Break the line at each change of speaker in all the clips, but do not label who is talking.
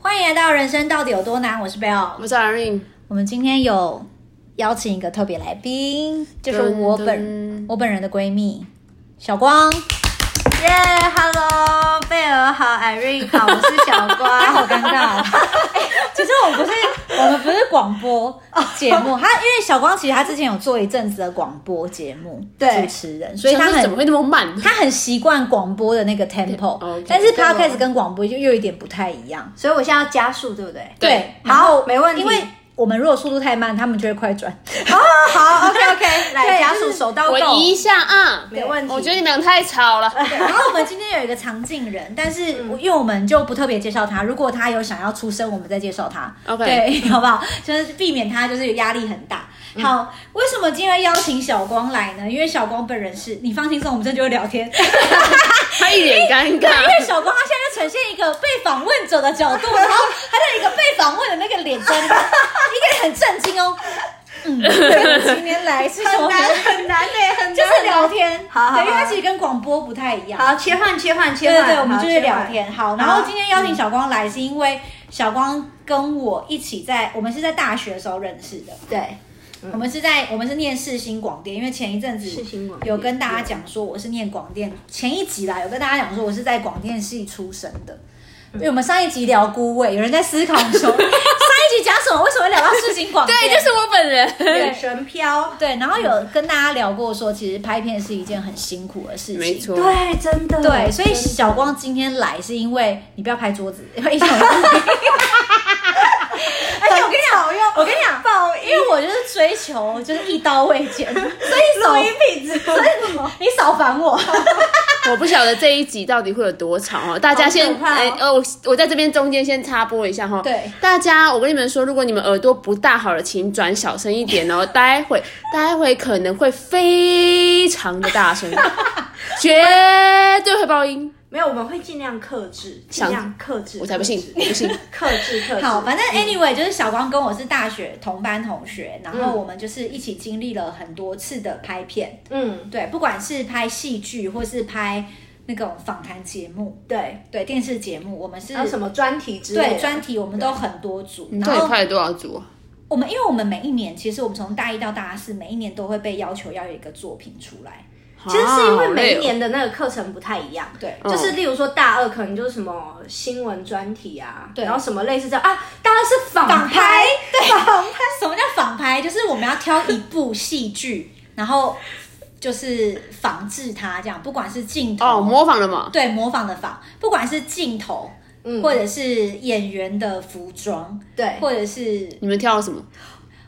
欢迎来到人生到底有多难，我是 Bell。
我是 Irene，
我们今天有邀请一个特别来宾，就是我本
噔
我本人的闺蜜小光，
耶、h e l l o 贝尔好，Irene 好，我是小
她好
瓜。
尴尬。哎其实我们不是我们不是广播节 目，她因为小光其实她之前有做一阵子的广播节目
对
主持人，所以她
想说怎么
很。
会那么慢？
她很习惯广播的那个 tempo，、
哦
OK
但是 podcast 跟广播就又有一点不太一样。
所以我现在要加速，对不对？
对
对，
好
然后
没问题哦
因为我们如果速度太慢，他们就会快转。
好，OK OK，
对
来加速，
就是
手刀
我
动，
移一下啊，
没问题。
我觉得你们俩太吵 了。
对然后我们今天有一个常进人，但是
嗯
因为我们就不特别介绍他，如果他有想要出声，我们再介绍他。
OK
对，好不好？就是避免他就是压力很大。
嗯
好，为什么今天邀请小光来呢？因为小光本人是你放轻松，我们这就会聊天。
他一脸尴
因 为
尬，
小光他现在就呈现一个被访问者的角度，然后他的一个被访问的那个脸真的，一个很震惊哦。 嗯，今天来是什么
很？难很难嘞、很难。
就是聊天，
好好
对，因为它
好
其实跟广播不太一样。
好，切换切换切
对
换，
对对，我们
好
就是聊。天。好，然后
好
今天邀请小光来，是因为小光跟我一起在，我们是在大学的时候认识的。
切换
我们是在我们是念世新广电，因为前一阵
对，
子
嗯世新广
有跟大家讲说我是念广电，前一集啦有跟大家讲说我是在广电系出身的。
嗯
因为我们上一集聊孤味，有人在思考说 上一集讲什么，为什么会聊到世新广电？
对，就是我本人。
眼神飘，
对。然后有跟大家聊过说，其实拍片是一件很辛苦的事情。
没错，
对，啊真的，
对，所以
真的
小光今天来是因为你不要拍桌子，因为一直 有人来而
哎
且我跟你讲，
好用
我跟你讲，
爆
因为我就是追求就是一刀未 剪，所以少
录音 品质真的
你少烦我。
我不晓得这一集到底会有多吵哦。大家
好
先
可，怕哦
哎，呃，我我在这边中间先插播一下哈。哦
对，
大家，我跟你们说，如果你们耳朵不大好的，请转小声一点 哦。待会，待会可能会非常的大 声，绝对会爆音。
没有，我们会尽量克制，尽
想
量克制，
我才不信
克，制
我不信。
克制克制。
好，反正 anyway 就是小光跟我是大学同班同学，然后我们就是一起经历了很多次的拍片，
嗯，
对，不管是拍戏剧或是拍那种访谈节目，
对，
对电视节目，我们是
还有啊什么专题之类
对
的？
专题我们都很多组，
你
然
到底
后
嗯拍了多少组啊？
我们因为我们每一年，其实我们从大一到大四，每一年都会被要求要有一个作品出来。
其实是因为每一
啊
年的那个课程不太一样，
对
就是例如说大二可能就是什么新闻专题啊，
对
然后什么类似这样啊，大二是访
访拍
对，访拍
什么叫仿拍？就是我们要挑一部戏剧，然后就是仿制它，这样，不管是镜头，
哦，模仿了嘛？
对模仿的仿，不管是镜头，
嗯
或者是演员的服装，
对，
或者是
你们挑了什么？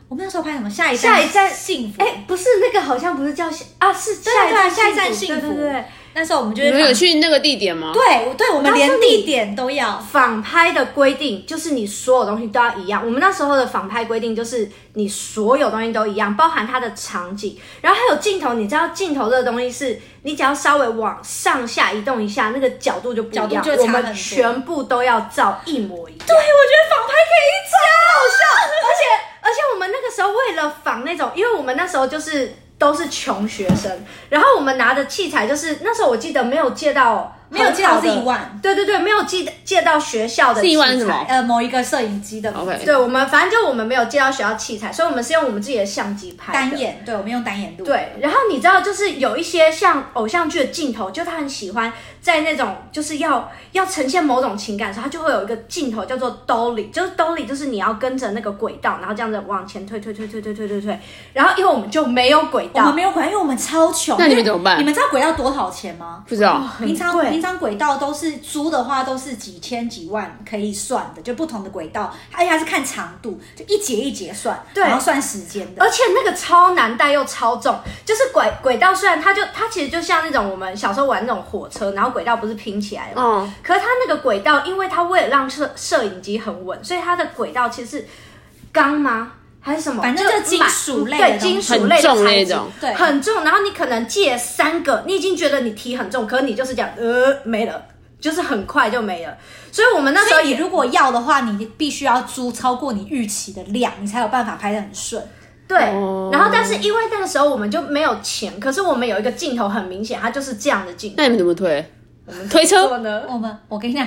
我们那时候拍什么？下一
下一站
幸福。
哎，不是那个好像不是叫下啊，是
对
下一站
对下一站幸
幸
福
对对对，
那时候我们就
你
会
们
仿
有去那个地点吗？
对对，我们
告诉
连
你
地点都要。
仿拍的规定就是你所有东西都要一样。我们那时候的仿拍规定就是你所有东西都一样，包含它的场景，然后还有镜头。你知道镜头这个东西是，你只要稍微往上下移动一下，那个角度就不一样。
角度就
我
差很多
们全部都要照一模一样。
对，我觉得仿拍可以
而且而且我们那个时候为了仿那种，因为我们那时候就是都是穷学生，然后我们拿的器材就是那时候我记得没有借到
没有借到
很好的
自己玩
对对对，没有借借到学校的
自己玩
器
什
材
么
呃，某一个摄影机的
OK
对我们，反正就我们没有借到学校器材，所以我们是用我们自己的相机拍的
单。眼，对，我们用单眼录。
对，然后你知道，就是有一些像偶像剧的镜头，就他很喜欢在那种就是要要呈现某种情感的时候，他就会有一个镜头叫做兜里，就是兜里就是你要跟着那个轨道，然后这样子往前推推推推推推推推。然后因为我们就没有轨
我们
道，
没有轨道，因为我们超穷。
那你们怎么办
你们知道轨道多少钱吗？
不知道。
平常
贵
平常轨道都是租的话都是几千几万可以算的，就不同的轨道，而且它是看长度，就一节一节算，
对
然后算时间的。
而且那个超难带又超重，就是轨轨道虽然它就它其实就像那种我们小时候玩那种火车，然后轨道不是拼起来
嗯
的吗？
哦，
可是它那个轨道，因为它为了让摄摄影机很稳，所以它的轨道其实是钢吗？还是什么？
反正就是金
蛮
属类的
对
东西
金属类的
很重
材
那
质
种
对
很重。然后你可能借三个，你已经觉得你提很重，可是你就是讲呃没了，就是很快就没了。所以我们那时
所
候
以你
也
如果要的话，你必须要租超过你预期的量，你才有办法拍得很顺。
对
哦，
然后但是因为那个时候我们就没有钱，可是我们有一个镜头很明显，它就是这样的镜头。
那你们怎么推？
我们
推车
怎么做呢？
我们，我跟你讲，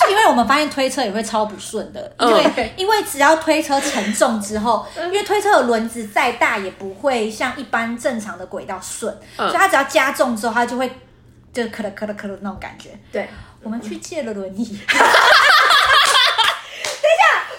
就因为我们发现推车也会超不顺 的，因
嗯
为因为只要推车沉重之后，因为推车的轮子再大也不会像一般正常的轨道顺，
嗯
所以它只要加重之后，它就会就磕了磕了磕了那种感觉。
对，
我们去借了轮 椅，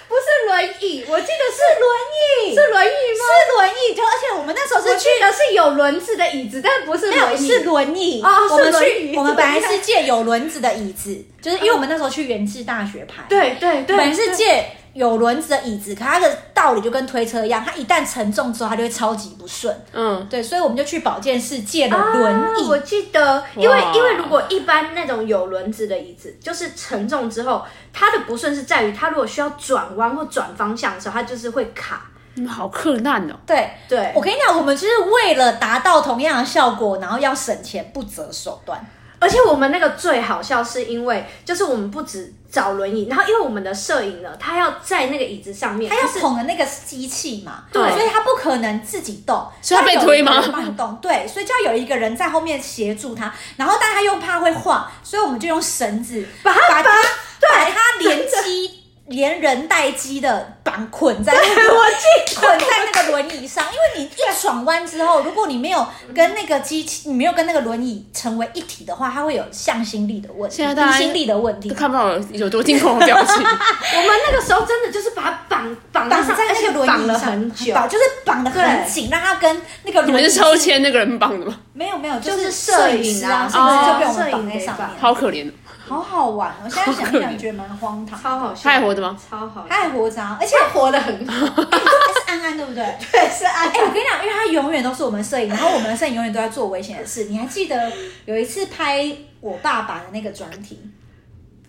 不是轮椅，我记得
轮
是是轮椅吗？
是轮椅，就而且我们那时候
我
是去
记得是有轮子的椅子，但不是
没有
轮椅。
是轮椅
哦是
我们
轮
去
椅嗯
我们本来是借有轮子的椅子，就是因为我们那时候去元智大学排，
对对对，
本来是
对
借有轮子的椅子，可它的道理就跟推车一样，它一旦沉重之后，它就会超级不顺。
嗯，
对，所以我们就去保健室借了轮
啊我
椅，
记得，因为
哇
因为如果一般那种有轮子的椅子，就是承重之后，它的不顺是在于它如果需要转弯或转方向的时候，它就是会卡。
你们好克难哦。
对。
对
我，跟你讲，我们就是为了达到同样的效果，然后要省钱，不择手段。
而且我们那个最好笑是因为，就是我们不止找轮椅，然后因为我们的摄影呢，他要在那个椅子上面，
他要
就是
捧的那个机器嘛，
对
所以他不可能自己动，
所以他被推吗
他有一个人慢动，对，所以就要有一个人在后面协助他，然后但他又怕会晃，所以我们就用绳子把他把他把他连机连人带机的绑捆在那个捆在那个轮椅上，因为你一转弯之后，如果你没有跟那个机器，你没有跟那个轮椅成为一体的话，它会有向心力的问题，
现在大家
离心力的问题
都。看不到我有多惊恐的表情。
我们那个时候真的就是把它绑绑
绑
上，
在
而
那
且
个轮
绑
椅
了
上，
很久，
绑就是绑的很紧，让它跟那个
你
轮
们
椅
是抽签那个人绑的吗？
没有没有，
就是
是
摄影
影
啊
啊，摄影师就被我
摄
们
影
绑在
给
上
绑
面，
好可怜哦，
好好玩哦！现在想
可
一想
怜
觉得蛮荒唐。
超好笑，
他还活着吗？
超好笑，
他还活着啊，而且
他活得很好，
还是安安对不对？哎、
对，是安
我跟你讲，因为他永远都是我们摄影，然后我们的摄影永远都在做危险的事。你还记得有一次拍我爸爸的那个专题，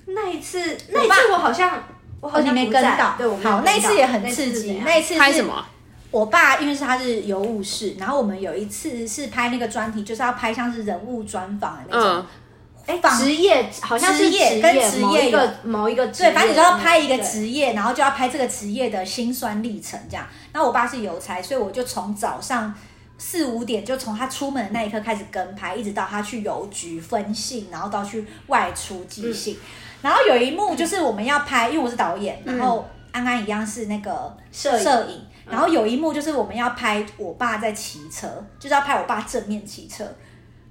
那一次，那一次我好像我好
哦，你
像
没
不
跟
在
到，
对，我没有
好，
跟
那一
到
次也很
那
刺
是怎
激，
样
那一次是
拍什么啊？
我爸因为是他是邮务室，然后我们有一次是拍那个专题，就是要拍像是人物专访的那种，
嗯，
哎
访
职业好像
职
是
业跟职业
某一
有
个某一个职业
对，反正你就要拍一个
对
职业，然后就要拍这个职业的辛酸历程这样。然后我爸是邮差，所以我就从早上四五点就从他出门的那一刻开始跟拍，一直到他去邮局分信，然后到去外出寄信。
嗯
然后有一幕就是我们要拍，因为我是导演，然后安安一样是那个
摄影
摄影。然后有一幕就是我们要拍我爸在骑车，就是要拍我爸正面骑车。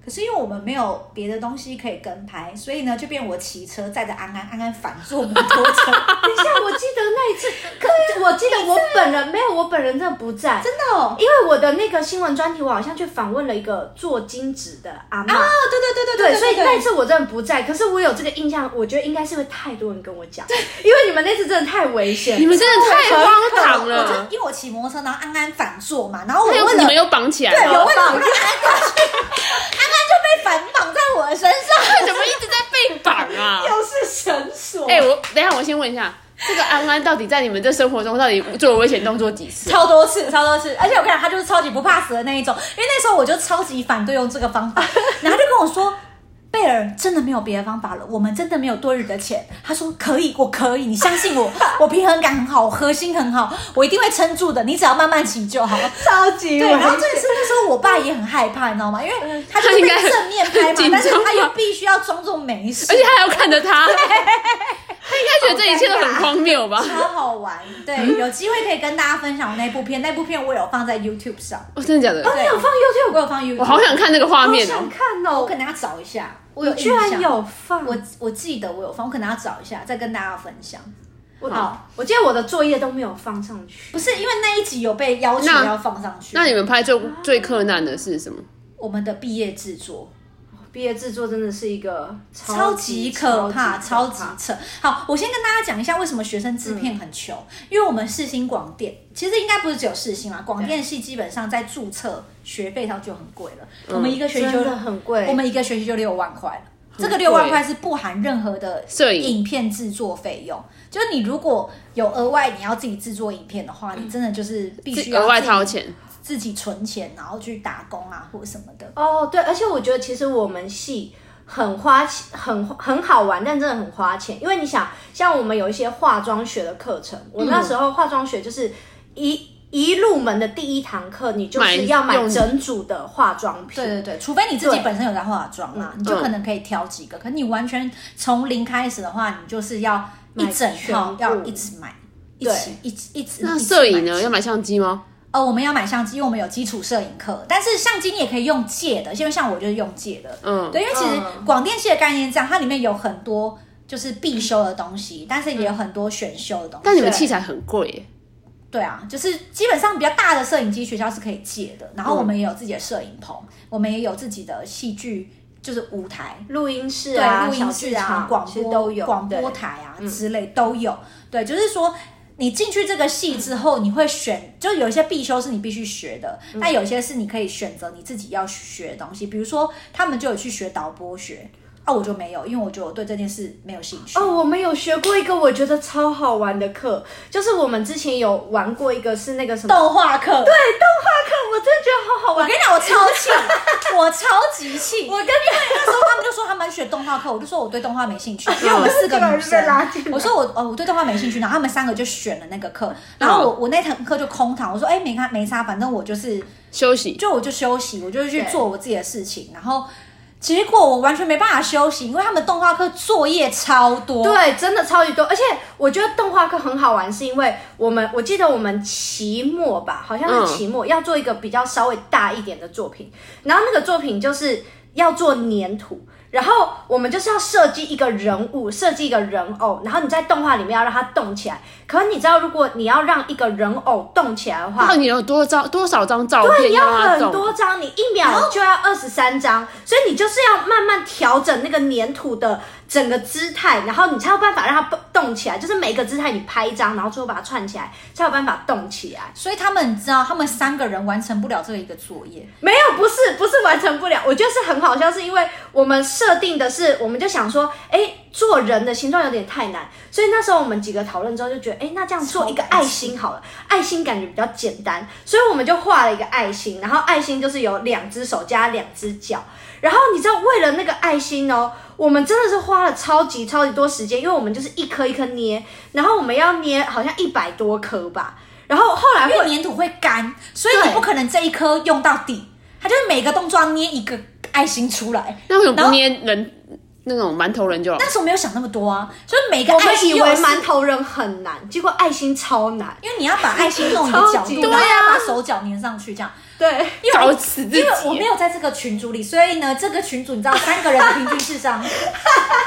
可是因为我们没有别的东西可以跟拍，所以呢，就变我骑车载着安安，安安反坐摩托车，
等一下，我记得那一次，可我记得我本人没有，我本人真的不在，
真的哦，
因为我的那个新闻专题，我好像去访问了一个做金纸的阿嬷。
哦，对对对
对，
对对，
所以
对
那一次我真的不在，可是我有这个印象，我觉得应该是因为太多人跟我讲，因为你们那次真的太危险，
你们真的太荒唐
我就
了。
因为我骑摩托车，然后安安反坐嘛，然后我
还
为
有
了
你们有绑起来
对，
吗？
我为了不让安安过去，安安就被反绑在我的身上，
怎么一直在被绑 啊？
又是绳索，
哎、我等一下我先问一下，这个安安到底在你们这生活中到底做了危险动作几次？
超多次，超多次，而且我跟你讲，他就是超级不怕死的那一种，因为那时候我就超级反对用这个 方法，然后他就跟我说。贝尔真的没有别的方法了，我们真的没有多余的钱。他说可以，我可以，你相信 我，我平衡感很好，我核心很好，我一定会撑住的。你只要慢慢骑就好。
超级
对，
危
然后
险
这个是那时候我爸也很害怕，你知道吗？因为他就
他
是
应
被
该嗯很
正面拍嘛
紧，
但是
张
他
吧
又必须要装作没事
而，且他还要看着他，他应该觉得这一切都很荒谬吧？
超好玩。对，有机会可以跟大家分享我那部片，那部片我有放在 YouTube 上。
哦，真的假的？
对
你有放 YouTube，
我有放 YouTube，
我好想看那个画面
好
哦
想。看哦，
我可能要找一下，我
你
有
居
印
然
象，
有放
我我记得我有放，我可能要找一下，再跟大家分享。
我
好，
我记得我的作业都没有放上去。
不是因为那一集有被要求
那
要放上去，
那你们拍最最克难的是什么？
我们的毕业制作
毕业制作真的是一个
超级可怕，超级
级
扯。好，我先跟大家讲一下为什么学生制片很穷，因为我们世新广电其实应该不是只有世新啦，广电系基本上在注册学费上就很贵了，我们一个学期就
真的很贵。
我们一个学期就六万块了。这个
贵
六万块是不含任何的
摄影
影片制作费用，就是你如果有额外你要自己制作影片的话，你真的就是必须要
嗯额外
自己
掏钱，
自己存钱，然后去打工啊或者什么的。
哦，对，而且我觉得其实我们系很花钱，很很好玩，但真的很花钱。因为
嗯
你想，像我们有一些化妆学的课程，我那时候化妆学就是一。一一入门的第一堂课，你就
买
是要买
用
整组的化妆品。
对对对，除非你自己
对
本身有在化妆啊啦，你就可能可以挑几个。可你完全从零开始的话，你就是要一整套
买全，部
要一直买，一
对
起一起一直。
那
一起
摄影呢？
买
要买相机吗？
哦，我们要买相机，因为我们有基础摄影课，但是相机你也可以用借的，因为像我就是用借的。
嗯，
对，因为其实
嗯
广电系的概念是这样，它里面有很多就是必修的东西，但是也有很多选修的东西。
但你们器材很贵耶。
对啊，就是基本上比较大的摄影机学校是可以借的，然后
嗯
我们也有自己的摄影棚，我们也有自己的戏剧，就是舞台。
录音室
对，
啊、
录音
小
室
剧
啊
场、
广
其
播
实都有
广播
对嗯
台啊之类都有。对，就是说你进去这个系之后，你会选，就有一些必修是你必须学的，
嗯
但有些是你可以选择你自己要学的东西。比如说，他们就有去学导播学，啊，我就没有，因为我觉得我对这件事没有兴趣。
哦，我们有学过一个我觉得超好玩的课，就是我们之前有玩过一个是那个什么，
动画课，对，
我真的觉得好好
我
玩
跟。你讲，我超 气，我超级气。我跟你那时候他们就说他们学动画课，我就说我对动画没兴 趣，因为我们四个女
这个人被拉进
生，我说我哦我对动画没兴趣，然后他们三个就选了那个课，然后我我那堂课就空堂，我说哎没看没差，反正我就是
休息，
就我就休息，我就去
对
做我自己的事情，然后结果我完全没办法休息，因为他们动画课作业超多，
对，真的超级多，而且我觉得动画课很好玩，是因为我们我记得我们期末吧，好像
嗯
是期末、要做一个比较稍微大一点的作品，然后那个作品就是要做粘土，然后我们就是要设计一个人物，设计一个人偶，然后你在动画里面要让它动起来。可是你知道，如果你要让一个人偶动起来的话，
到底有多张多少张照
对，
片
你要
让它
很
动？
多张，你一秒就要二十三张，所以你就是要慢慢调整那个粘土的整个姿态，然后你才有办法让它蹦动起来。就是每一个姿态你拍一张，然后最后把它串起来，才有办法动起来。
所以他们你知道他们三个人完成不了这一个作业，
没有，不是，不是完成不了。我觉得是很好笑，是因为我们设定的是，我们就想说，哎，做人的形状有点太难，所以那时候我们几个讨论之后就觉得，哎，那这样做一个爱心好了，爱心感觉比较简单，所以我们就画了一个爱心，然后爱心就是有两只手加两只脚，然后你知道为了那个爱心哦，我们真的是花了超级超级多时间，因为我们就是一颗一颗捏，然后我们要捏好像一百多颗吧，然后后
因
来会
为粘土会干，所以你
啊对
不可能这一颗用到底，它就是每个动作要捏一个爱心出来。
那为什么
然后
不捏人那种馒头人就好？
那时候没有想那么多啊，所以每个
我们
爱心
以
又
为
是
馒头人很难，结果爱心超难。
因为你要把爱心弄一个角
超级
度，
对
然
啊
后要把手脚粘上去，这样。
对，
因为
找
我
死自己
因为我没有在这个群组里，所以呢，这个群组你知道三个人的平均智 商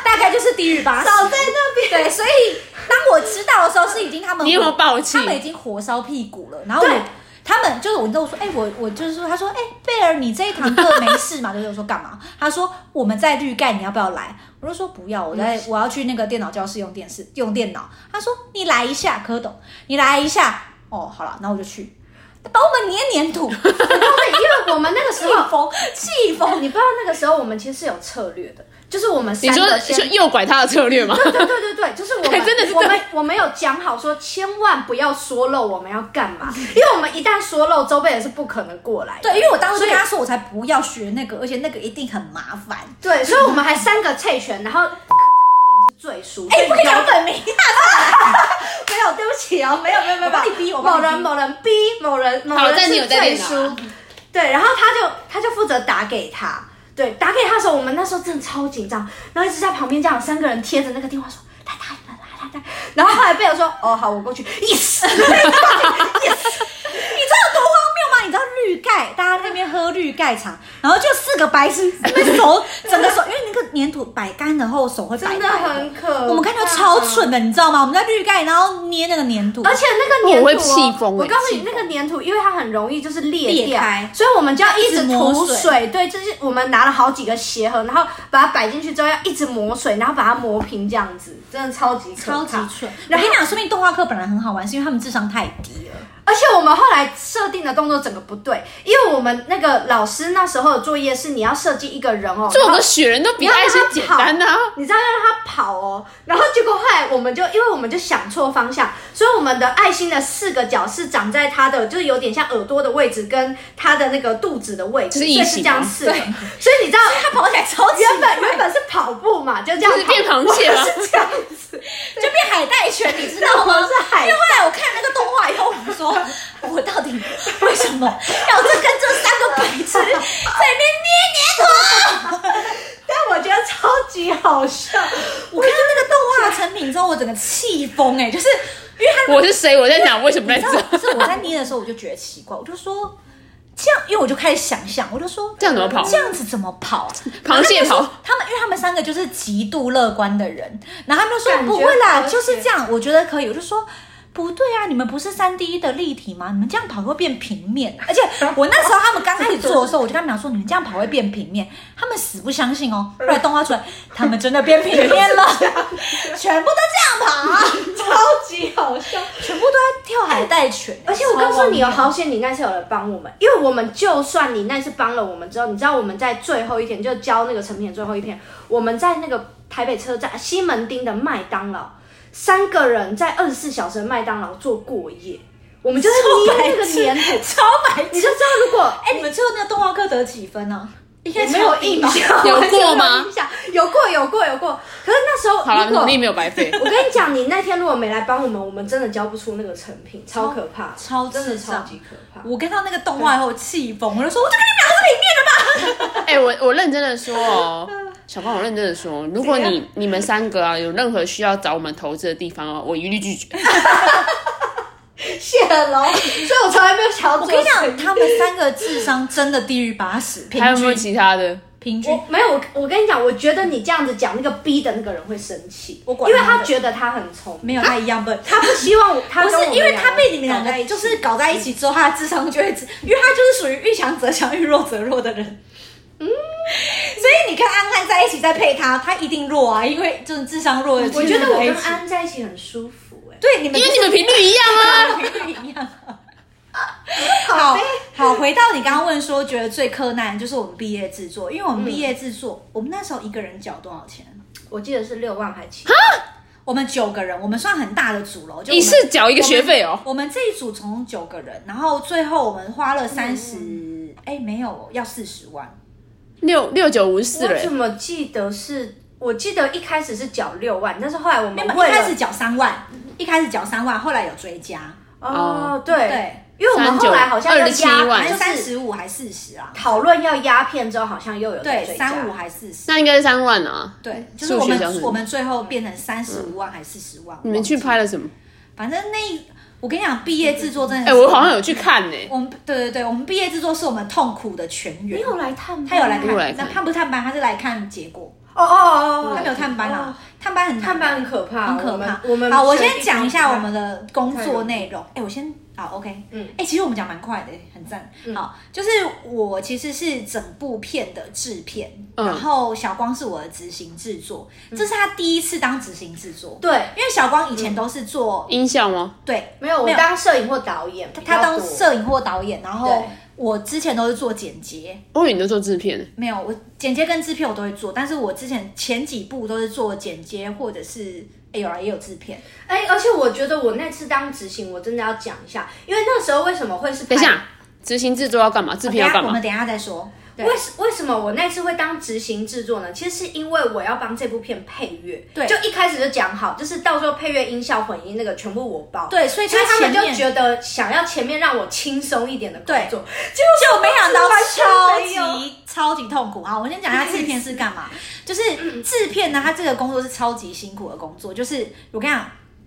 大概就是低于八十，
少在那边
对，所以当我知道的时候，是已经他们
你有没有爆气
他们已经火烧屁股了，然后
对
我。他们就是我跟我说，哎、我我就是说，他说，哎、贝尔，你这一堂课没事嘛？就是我说干嘛？他说我们在绿盖，你要不要来？我就说不要，我在我要去那个电脑教室用电视用电脑。他说你来一下，蝌蚪，你来一下。哦，好了，然后我就去，把我们粘粘土，
对，因为我们那个时
气
候，
疯，气
哎
疯。
你不知道那个时候我们其实是有策略的，就是我们
你
三
说
个
就
先。
诱拐他的策略吗？
对对对对对，就是
哎
我们
真的是
我
这
们我们有讲好说，千万不要说漏我们要干嘛，因为我们一旦说漏，周边人是不可能过来
嗯
的。
对，因为我当时就
所以
跟他说，我才不要学那个，而且那个一定很麻烦。
对，所以我们还三个猜拳，然后 是最输。
哎、不可以
所以
讲本名。
没有，对不起哦，没有，没有，没有，
我帮你
没有
逼我帮
某
你逼
人某人逼某人某
好
人
但你有
是
在
最
练啊
输，对，然后他就他就负责打给他，对，打给他的时候，我们那时候真的超紧张，然后一直在旁边这样三个人贴着那个电话说他打赢了，他打赢了，然后后来贝尔说哦好，我过去，yes，
你知道有多荒谬吗？你知道绿盖，大家在那边喝绿盖茶，然后就四个白痴，那 手整个手，因为那个粘土摆干然后手会白
真的
白
很可怕，
我们看到超蠢的，你知道吗？我们在绿盖，然后捏那个粘土，
而且那个粘土、哦，
我会气疯
我
欸
告诉你，那个粘土，因为它很容易就是裂掉，
裂开
所以我们就要一直
一直抹
涂
水
对，就是我们拿了好几个鞋盒，然后把它摆进去之后，要一直抹水，然后把它磨平，这样子，真的超级可
超
怕
级蠢。我
然
跟
后
你，讲，说明动画课本来很好玩，是因为他们智商太低了。
而且我们后来设定的动作整个不对，因为我们那个老师那时候的作业是你要设计一个人哦偶，
做
然后
个雪人都比爱心简单呐、啊。
你知道要让他跑哦，然后结果后来我们就因为我们就想错方向，所以我们的爱心的四个角是长在他的，就是有点像耳朵的位置跟他的那个肚子的位置，
就是
所以
异
是
形
这样
吗
四个。
对
所以你知道
他跑起来超级
原
快
本原本是跑步嘛，就这样
就是变
跑
螃蟹
我
吗
是这样子，
就变海带犬，你知道
我
吗？
是海
因为后来我看那个动画以后，我们说我到底为什么要这跟这三个白痴在那边捏黏土？
但我觉得超级好笑，
我看到那个动画成品之后，我整个气疯哎，就是因为他
我是谁？我在哪？为什么在
你知道，不
这？
是我在捏的时候，我就觉得奇怪，我就说这样，因为我就开始想象，我就说
这样怎么跑
这样子怎么跑啊？
螃蟹
然后他们就
头
说他们因为他们三个就是极度乐观的人，然后他们就说
感觉
不会啦，
和谐
就是这样，我觉得可以。我就说。不对啊！你们不是三 D 的立体吗？你们这样跑会变平 面，而且我那时候他们刚开始做的时候，我就跟他们讲说，你们这样跑会变平面，他们死不相信 哦。后来动画出来，他们真的变平面了， 全部都这样跑，啊
超级好笑。
全部都在跳海带拳。
而且我告诉你哦，
超荒谬
好险你那次有来帮我们，因为我们就算你那次帮了我们之后，你知道我们在最后一天就交那个成品的最后一天，我们在那个台北车站西门町的麦当劳，三个人在二十四小时的麦当劳做过夜，我们就是捏那 个黏土，
超白
你
痴
就。知道如果
哎、你们最后那个动画课得几分呢、啊？应该
没有印
吧？
象，
有过吗
没有印象？有过，有过，有过。可是那时候
好了，
如果
努力没有白费。
我跟你讲，你那天如果没来帮我们，我们真的交不出那个成品，超可怕，
超
真的
智障
超级可怕。
我看到那个动画以后我气疯，我就说，我就跟你们两个是平面的吧。
哎、我我认真的说哦，小光，我认真的说，哦如果
怎
你你们三个啊有任何需要找我们投资的地方哦，我一律拒绝。
谢龙，所以我从来没有想要做
我跟你
生
讲，
意
他们三个智商真的低于八十，平
还有没有
均
其他的？
平均
我。没有，我我跟你讲，我觉得你这样子讲那个 B 的那个人会生气，
我管
因为
他的
他觉得他很聪明，
没有他一样笨，
他不希望我他
不
跟我
是
们
因为
两
他被你们两
搞在
个
一起
就是搞在一起之后，他的智商就会直，因为他就是属于遇强则强，遇弱则弱的人。嗯，所以你跟安安在一起再配他，他一定弱啊，因为就是智商弱的。
我觉得我
在一
跟
起
安在一起很舒服哎、
对你们
因
就
为
是
你们频率一样啊。
一样。 好好，回到你刚刚问说，觉得最柯南就是我们毕业制作，因为我们毕业制作，我们那时候一个人缴多少钱？
我记得是六万还七，
我们九个人，我们算很大的组喽。就
你
我们
是缴一个学费哦，
我们这一组总共九个人，然后最后我们花了三
嗯
十，哎，没有，要四十万。
六六九五四
我
嘞
怎。么记得是？我记得一开始是缴六万，但是后来我
没
哦
们
有，
为
一开
了
始缴三万，一开始缴三万，后来有追加，
哦，对
对
因为我们后来好像要
39
压，
万
还
就
三
是
十五还四十啊？
讨论要压片之后，好像又有在
对，
追加
三五还四十。
那应该是三万啊！
对，就是
数
我
学小
们
子
我们最后变成三十五万还是四十万？
嗯你们去
忘记
拍了什么？
反正那一我跟你讲，毕业制作真的
哎、
是，
我好像有去看呢、
我们对对对，我们毕业制作是我们痛苦的全员
你。有来探班吗，
他有来
我有来
看，
看
那他不探班，他是来看结果，
哦哦哦，
他没有探班
哦
啦，探班很难
探班很可怕，
很可怕。
我们
好，我
学
先
弟
讲一下
妹
我们的工作内容。哎，我先好，OK，
嗯
哎，其实我们讲蛮快的，很赞。好，就是我其实是整部片的制片，
嗯
然后小光是我的执行制作，
嗯
这是他第一次当执行制作，
对，
因为小光以
嗯
前都是做
音效吗？
对
没有我
没有
当摄影或导演，比较
他当
多
摄影或导演，然后
对
我之前都是做剪接，
我以为你都做制片呢、
没有我剪接跟制片我都会做，但是我之前前几部都是做剪接或者是哎有啊也有制片，
哎，而且我觉得我那次当执行，我真的要讲一下，因为那时候为什么会是
等一
拍
下，执行制作要干嘛？制
等
片
一
要
下
干
我们
嘛？
等一下再说。对
为什为什么我那次会当执行制作呢？其实是因为我要帮这部片配乐，
对
就一开始就讲好，就是到时候配乐、音效、混音那个全部我包，，
对，所以
所以他
前
们就
面
觉得想要前面让我轻松一点的工作，
就没想到超
完全没
级超级痛苦啊！好我先讲一下制片是干 嘛，就是制片呢，它这个工作是超级辛苦的工作，就是我跟你讲。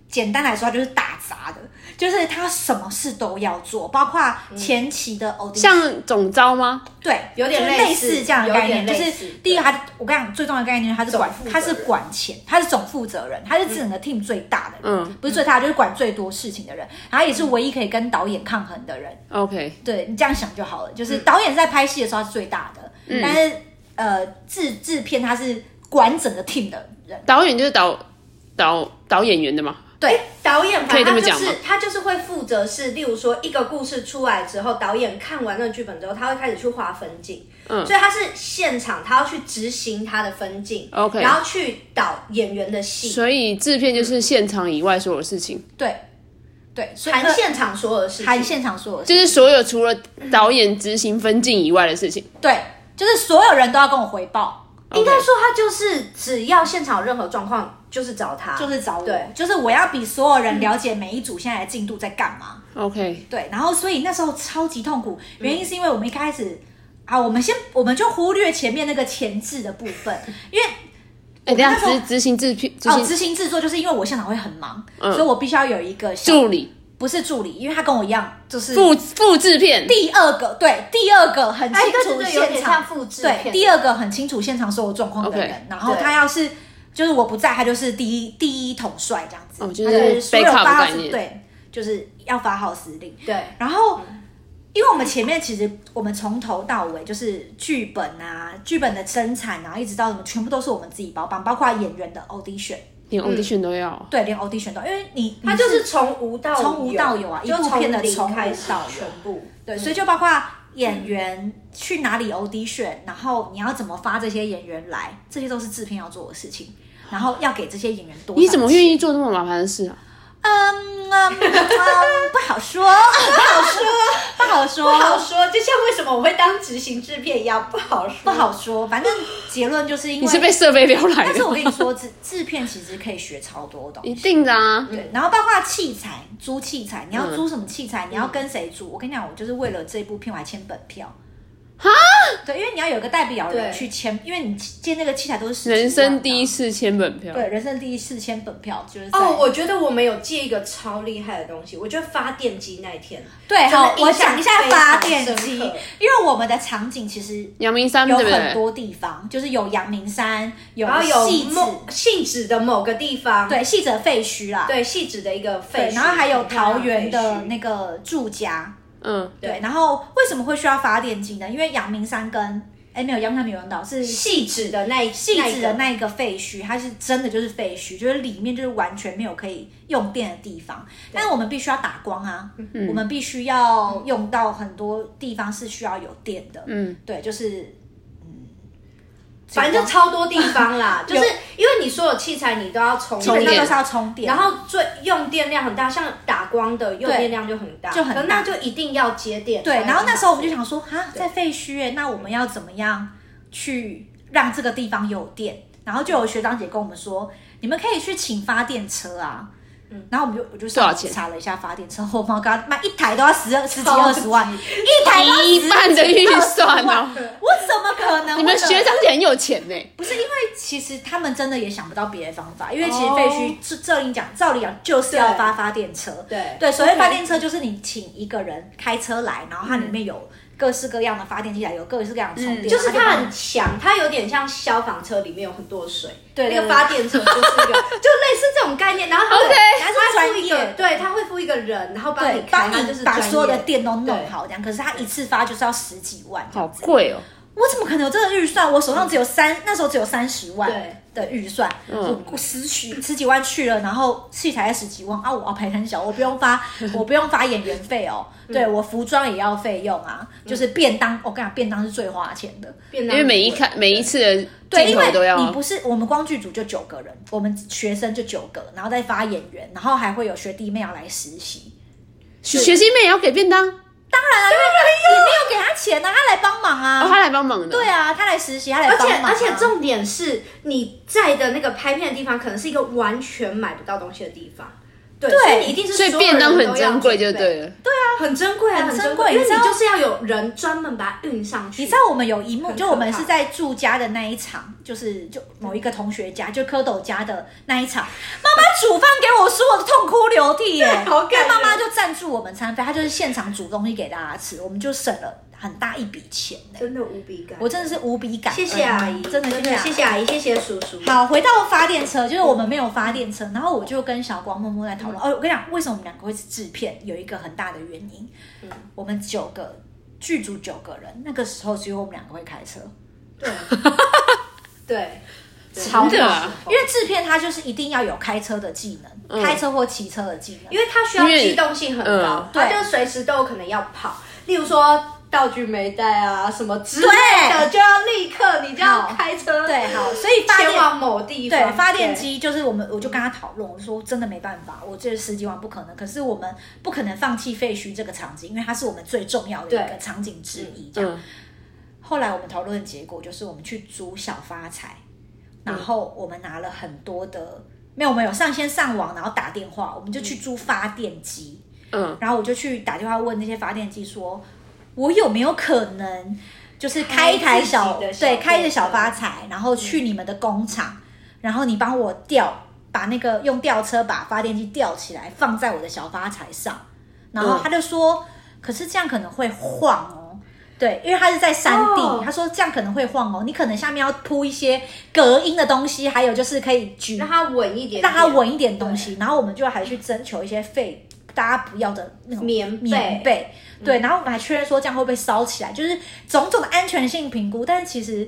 简单来说，它就是打杂的，就是他什么事都要做，包括前期的 audition，、
像总招吗？
对，
有点
就是类
类似
这样的概念，
有点
就
类似
是第一个，他我跟你讲最重要的概念，就是他是管
总负责人嗯
他是管钱，他是总负责人，他是整个 team 最大的人，
嗯
不是最大，就是管最多事情的人，然后也是唯一可以跟导演抗衡的人。
，OK，
对你这样想就好了，就是
嗯
导演在拍戏的时候他是最大的，但是呃制制片他是管整个 team 的人，
导演就是导导导演员的嘛。
对
诶哎导演
可以
反
这么
正他就
讲吗
是他就是会负责是，例如说一个故事出来之后，导演看完那个剧本之后，他会开始去画分镜，
嗯
所以他是现场他要去执行他的分镜
OK
然后去导演员的戏，
所以制片就是现场以外所有事情，
对对，所以
谈现场所有的事情，
含现场所有的事
就是所有除了导演执行分镜以外的事情。
对，就是所有人都要跟我回报。
应该说他就是只要现场有任何状况，就是找他，
就是找我
对，嗯
就是我要比所有人了解每一组现在的进度在干嘛。
OK，
对，然后所以那时候超级痛苦，
嗯
原因是因为我们一开始、啊，我们先我们就忽略前面那个前置的部 分，因为
哎，等一
那
下
时候
执执行制片执
哦
行
执行制作就是因为我现场会很忙，
嗯
所以我必须要有一个小
助理
不是助理，因为他跟我一样就是
副副制片，
第二个对第二个很清
哎对对
楚
对有
现
点
场
像复制
对
片
第二个很清楚现场所有状况的
OK
人，然后
对
他要是就是我不在，他就是第一第一统帅这样子，
哦就是
他所有
backup
发号
概念
对，就是要发号施令。
对，
然后，因为我们前面其实我们从头到尾就是剧本啊、剧本的生产啊，一直到什么，全部都是我们自己包办，包括演员的 audition，
连 audition 都要。
对，连 audition 都，因为你
他就是从无到
嗯从无到有啊
就
一部片的
从零
从无
开始
到有
全部嗯
嗯
对，所以就包括演员去哪里 audition，然后你要怎么发这些演员来，这些都是制片要做的事情。然后要给这些演员多少钱？
你怎么愿意做这么麻烦的事啊？
嗯？嗯嗯，不好说，不好说，不好说，
不好说，就像为什么我会当执行制片一样，不好
不
说。
好说。反正结论就是因为
你是被设备撩来
但
的
是我
吗？
跟你说，制制片其实可以学超多东
一
西。
定的啊，
嗯
对，然后包括器材，租器材，你要租什么器材，
嗯
你要跟谁租？我跟你讲，我就是为了这部片我还签本票。对，因为你要有个代表人
对
去签，因为你借那个器材都是十几万
人生第一
的
次签本票，
对，人生第一次签本票就是在
哦，我觉得我们有借一个超厉害的东西，我觉得发电机那一天，
对
真的
好，
印
我
象
讲一下发电机，
非常深
因
刻
为我们的场景其实
阳明山
有
对不
很
对？
多地方，就是有阳明山，有
然后
戏
有
子，
某信纸的某个地方，
对，戏子废墟啦，
对戏纸的一个废
对，
墟，
然后还有
很漂亮
桃园的
废墟
那个住家，
嗯，
对，然后为什么会需要发电机呢？因为阳明山跟哎没有阳明山没有人岛是
戏纸的那一
细致的
那
那一个废墟，它是真的就是废墟，就是里面就是完全没有可以用电的地方。但是我们必须要打光啊，我们必须要用到很多地方是需要有电的。嗯，对，就是嗯，
一个反正就超多地 方啦，就是因为你所有器材你都要充
基本上
充电
都是要充电，
然后最用电量很大，像打光的用电量就很大，
就很大
可那就一定要接电。
对，然后那时候我们就
想，
想说，哈，在废墟耶，那我们要怎么样去让这个地方有电？然后就有学长姐跟我们说，你们可以去请发电车啊。然后我们就我就
多少
上
钱
查了一下发电车，我妈刚妈一台都要十二十几二十万，一台都
一半的预算哦
20-20万我怎么可能？
你们
我怎么
学长姐很有钱呢、
不是因为其实他们真的也想不到别的方法，因为其实
哦
废墟是照理讲，照理讲就是要发发电车，
对
对，所谓发电车就是你请一个人开车来，然后它里面有各式各样的发电器材，有各式各样的充电，
嗯就是
它
它
帮你
很强，它有点像消防车里面有很多水，
对对
那个发电车就是一个，就类似这种概念。然后它
OK
会，它
它是
附一
专
个
业，
对，它会附一个人，然后帮你
对，
开，
帮
它就是
你把
专业
所有的电都弄好这样。可是它一次发就是要十几万这
好
样子，
贵哦、
我怎么可能有这个预算？我手上只有三，那时候只有三十万
对
的预算，我
嗯
我十几十几万去了，然后器材也十几万啊，我要赔很小，我不用 发，我不用发演员费哦，
嗯
对我服装也要费用啊，就是便当，我跟你讲，便当是最花钱的，
变
因为每一
看，
看每一次的
对，
镜
因
头都
为
要啊
你不是我们光剧组就九个人，我们学生就九个，然后再发演员，然后还会有学弟妹要来实 习。
学学弟妹也要给便当，哦，
当然了，因为你没有给他钱啊，他来帮忙啊。
哦他来帮忙的。
对啊，他来实习，他来
而
帮
且
忙啊。
而且重点是你在的那个拍片的地方，可能是一个完全买不到东西的地方。对，所以你一定是
所以
所有
便
人
当
都
很
要
珍贵，就
准备
对了。
很珍贵啊，
很
很
珍
珍
贵
贵，因为
你知道
你就是要有人专门把它运上去。
你知道我们有一幕，
很
就我们
可怕
是在住家的那一场，就是就某一个同学家，就蝌蚪家的那一场，妈妈煮饭给我吃，我都痛哭流涕耶。
好感
但
人
妈妈就赞助我们餐费，她就是现场煮东西给大家吃，我们就省了很大一笔钱呢。
真的无比感
我真的是无比感恩，啊
谢谢阿姨，
真的谢谢阿姨
谢谢阿姨，谢谢叔叔。
好，回到发电车，就是我们没有发电车，然后我就跟小光默默在讨论。哦，我跟你讲，为什么我们两个会是制片，有一个很大的原因，
嗯
我们九个剧组九个人，那个时候只有我们两个会开车，
对，对，
超
真的啊
因为制片他就是一定要有开车的技能，开车或骑车的技能，
因为它需要
因为
机动性很高
嗯，
它
对
就随时都有可能要跑，例如说。道具没带啊，什么之类的，
对
就要立刻，你就要
好
开车，
对好，所以发
前
电。
往某地方。
对发电机就是我们，我就跟他讨论，我说真的没办法，我这十几万不可能，可是我们不可能放弃废墟这个场景，因为它是我们最重要的一个
对
场景之一，这样。
嗯
后来我们讨论的结果就是，我们去租小发财，然后我们拿了很多的，没有，我们有上先上网，然后打电话，我们就去租发电机。
嗯，
然后我就去打电话问那些发电机说，我有没有可能就是开一台小
开自己的小嗯
对开一
货
个
车
小发财，然后去你们的工厂，然后你帮我吊把那个用吊车把发电机吊起来放在我的小发财上，然后
嗯
他就说，可是这样可能会晃哦。对，因为它是在山地
哦
他说这样可能会晃哦，你可能下面要铺一些隔音的东西，还有就是可以举
让它稳一点点，
让它稳一点东西，然后我们就还去征求一些费大家不要的那种
棉被嗯
棉被，对，然后我们还确认说这样会不会烧起来，就是种种的安全性评估。但是其实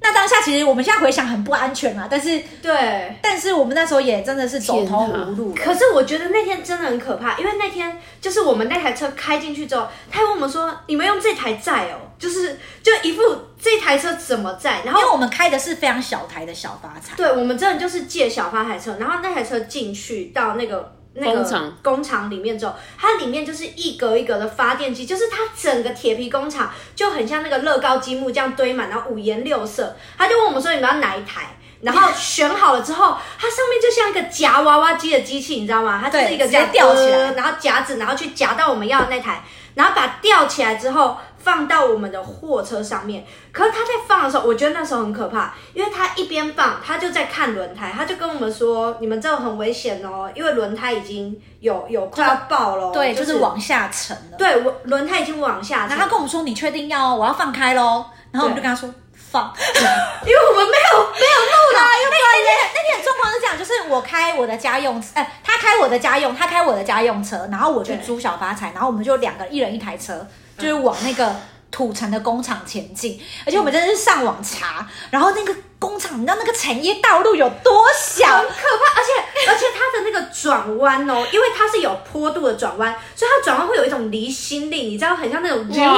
那当下其实我们现在回想很不安全啊，但是
对。
但是我们那时候也真的是走投无路了。
可是我觉得那天真的很可怕，因为那天就是我们那台车开进去之后，他还问我们说：“你们用这台载哦？”就是就一副这台车怎么载？然
因
后
为我们开的是非常小台的小发财，
对，我们真的就是借小发台车，然后那台车进去到那个那个
工厂
工厂里面之后，它里面就是一格一格的发电机，就是它整个铁皮工厂就很像那个乐高积木这样堆满，然后五颜六色。他就问我们说你们要哪一台？然后选好了之后，它上面就像一个夹娃娃机的机器，你知道吗？它就是
对
一个
直接
夹
吊起来
呃然后夹子，然后去夹到我们要的那台，然后把它吊起来之后放到我们的货车上面。可是他在放的时候，我觉得那时候很可怕，因为他一边放，他就在看轮胎，他就跟我们说：“你们这种很危险哦，因为轮胎已经有有快要爆了哦，
对，
就
就是往下沉了。
对我轮胎已经往下沉
然后他跟我们说：“你确定要我要放开喽？”然后我们就跟他说：“放。”
因为我们没有没有录啦，
哎那天那天的状况是这样，就是我开我的家用，呃，他开我的家用，他开我的家用车，然后我去
对
租小发财，然后我们就两个一人一台车，就是往那个土城的工厂前进。而且我们真的是上网查，然后那个工厂，你知道那个产业道路有多小
很？可怕，而且而且它的那个转弯哦，因为它是有坡度的转弯，所以它转弯会有一种离心力，你知道，很像那种这样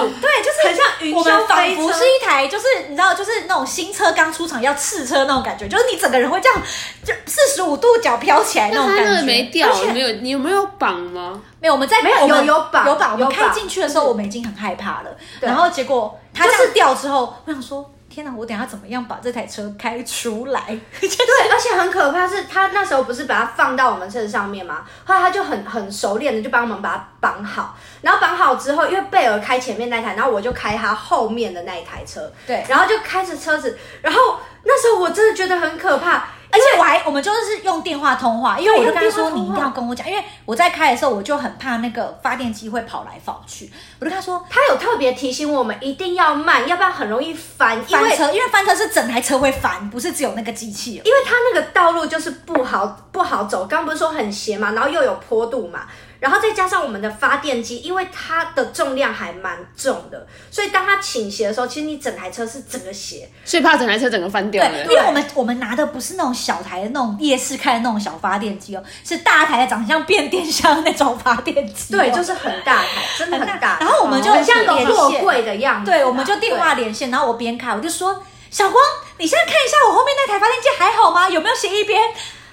子，
对，就是
很像云
我们
霄
仿
飞
佛
车。
是一台，就是你知道，就是那种新车刚出厂要试车那种感觉，就是你整个人会这样，就四十五度角飘起来那
那
种
他
感
那
觉。
个没掉
而，且
没有，你有没有绑吗？
没有，我们在
没有
我们
有有绑
有绑。我们
有
开
绑
进去的时候，我们已经很害怕了。
对
然后结果它
就是
是掉之后，我想说，天哪，我等一下怎么样把这台车开出 来？
对，而且很可怕是，他那时候不是把它放到我们身上面嘛，后来他就很很熟练的就帮我们把它绑好，然后绑好之后，因为贝尔开前面那台，然后我就开他后面的那一台车，
对
然后就开着车子，然后那时候我真的觉得很可怕，
而且我还我们就是用电话通话，因为
对
我就跟他说
用电话通话
你一定要跟我讲，因为我在开的时候我就很怕那个发电机会跑来跑去，我就跟他说
他有特别提醒我们一定要慢，要不然很容易翻，因
翻
为
车，因为翻车是整台车会翻，不是只有那个机器而已。
因为它那个道路就是不好不好走，刚不是说很斜嘛，然后又有坡度嘛，然后再加上我们的发电机，因为它的重量还蛮重的，所以当它倾斜的时候，其实你整台车是整个斜，
所以怕整台车整个翻掉
对，因
了。
为我们我们拿的不是那种小台的那种夜市开的那种小发电机哦，是大台的，长得像变电箱那种发电机哦、
对，就是很大台，真的很大 台，哦
然后我们就
很像一个
连线
货柜的样子啊，
对，我们就电话连线，然后我边开我就说：“小光，你现在看一下我后面那台发电机还好吗？有没有斜一边？”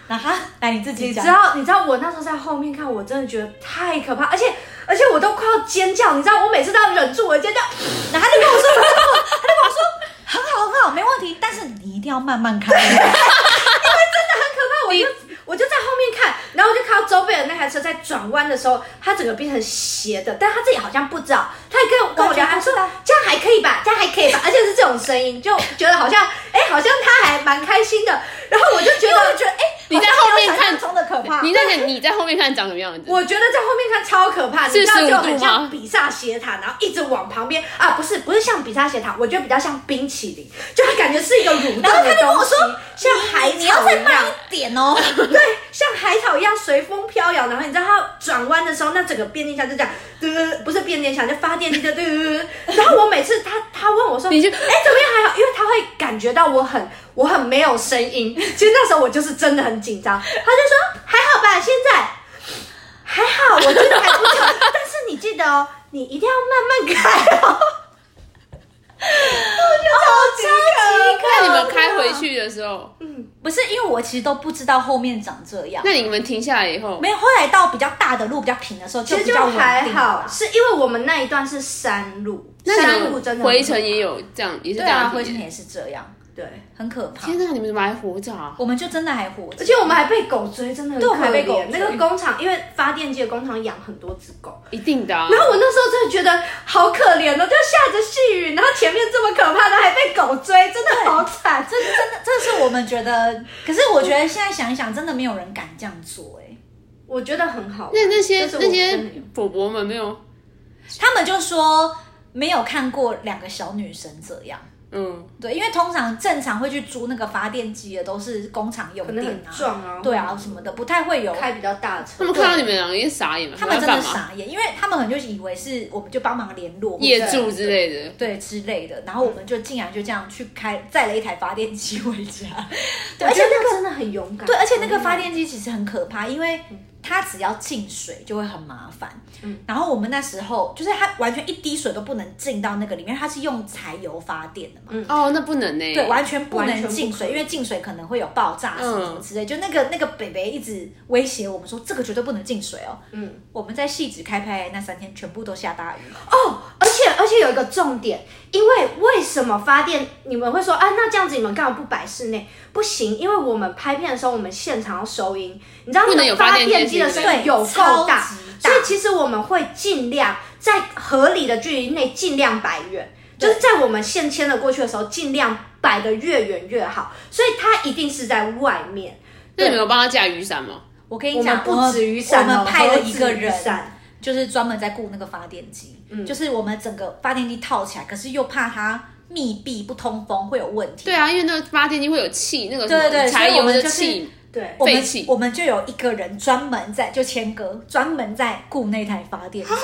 然后他来你自己
你
讲
知。道，你知道我那时候在后面看，我真的觉得太可怕，而且而且我都快要尖叫，你知道，我每次都要忍住我 的尖叫，
然后他就跟我说：“他就跟我说很好很好，没问题，但是你一定要慢慢开。
我就我就在后面看，然后我就看到周贝尔那台车在转弯的时候，它整个变成斜的，但他自己好像不知道，他还跟我跟我
感
聊，
觉
他
不
说
出来
这样还可以吧，这样还可以吧，而且是这种声音，就觉得好像哎、好像他还蛮开心的，然后我就觉得觉得哎、
你在后
好像没
面看
有想象中的可怕，
你在那你在后面看长什么样子？
我觉得在后面看超可怕，你知道
45
就很
度
像
吗
比萨斜塔，然后一直往旁边啊，不是不是像比萨斜塔，我觉得比较像冰淇淋，就它感觉是一个蠕动的
然
东西，
后他就跟我说
像海
你要
草
再
一
慢
样。
一点 哦。
对，像海草一样随风飘摇。然后你知道它转弯的时候，那整个变电箱就这样，嘟嘟嘟，不是变电箱，就发电机就嘟嘟嘟。然后我每次他他问我说，
你就
哎、怎么样还好？因为他会感觉到我很我很没有声音。其实那时候我就是真的很紧张。他就说还好吧，现在还好，我真的还不错。但是你记得哦，你一定要慢慢开 哦。
哦
我觉得好超级可
那你们开
啊
回去的时候，
不是因为我其实都不知道后面长这样，
那你们停下来以后，
没有。后来到比较大的路比较平的时候，
其实
比
就
较稳定
还
了
好，
啦
是因为我们那一段是山路，
那
山
你
谷真
们
的
回程也有这样，也是
对
这样
啊，
的
回
体
程
验。
也是这样，
对，
很可怕。
天哪，你们怎么还活着啊？
我们就真的还活着
而，且我们还被狗追，真的很
对我们还
可
被狗
怜
追
那个工厂，因为发电机的工厂养很多只狗，
一定的啊！
然后我那时候真的觉得好可怜哦，就下着细雨，然后前面这么可怕，然后还被狗追，真的好惨。
这真的，这是我们觉得。可是我觉得现在想一想，真的没有人敢这样做、欸。
我觉得很好玩，
那那些
就是我
那些
真的有
伯伯们没有，
他们就说没有看过两个小女生这样。
嗯，
对，因为通常正常会去租那个发电机的都是工厂用
可能
电
很
啊，
壮啊，
对啊什么的，不太会有。
开比较大的
他
车，
们看到你们两个也傻眼了，
他们真
要
的
干嘛？
傻眼，因为他们可能就以为是我们就帮忙联络
业
或者
主之类的，
对之类的，然后我们就竟然就这样去开载了一台发电机回家。对，
而
而且
且
那
那
个
个真的很勇敢。
对，而且那个发电机其实很可怕，因为它只要进水就会很麻烦。
嗯
然后我们那时候就是它完全一滴水都不能进到那个里面，它是用柴油发电的嘛。
哦，那不能呢。
对，完全不
嗯完全
能
不
进
可嗯
水，
以
因为进水可能会有爆炸什么什么之类。就那个那个北北一直威胁我们说，这个绝对不能进水哦。
嗯，
我们在戏子开拍那三天，全部都下大雨。
哦，而且而且有一个重点，因为为什么发电你们会说啊？那这样子你们干嘛不摆室内？不行，因为我们拍片的时候，我们现场要收音，你知道
不能
那
有
个
发
发
电
电
机
机的
是
声
不是
音有
超
够
级
大，
大
所以其实我们会尽量在合理的距离内尽量摆远，就是在我们线牵了过去的时候，尽量摆得越远越好。所以它一定是在外面，
那你们有帮他架雨伞吗？
我跟
我
你
们
讲，
不止雨伞
我们
哦，
我们派了一
不
个
止雨
人，
伞。
就是专门在顾那个发电机，
嗯
就是我们整个发电机套起来，可是又怕它密闭不通风会有问题。
对啊，因为那个发电机会有气，那个什么
对对所
柴
以我
油
们
的
就是
气，
对，
我
废
们
弃
我们就有一个人专门在就谦哥专门在顾那台发电机，
可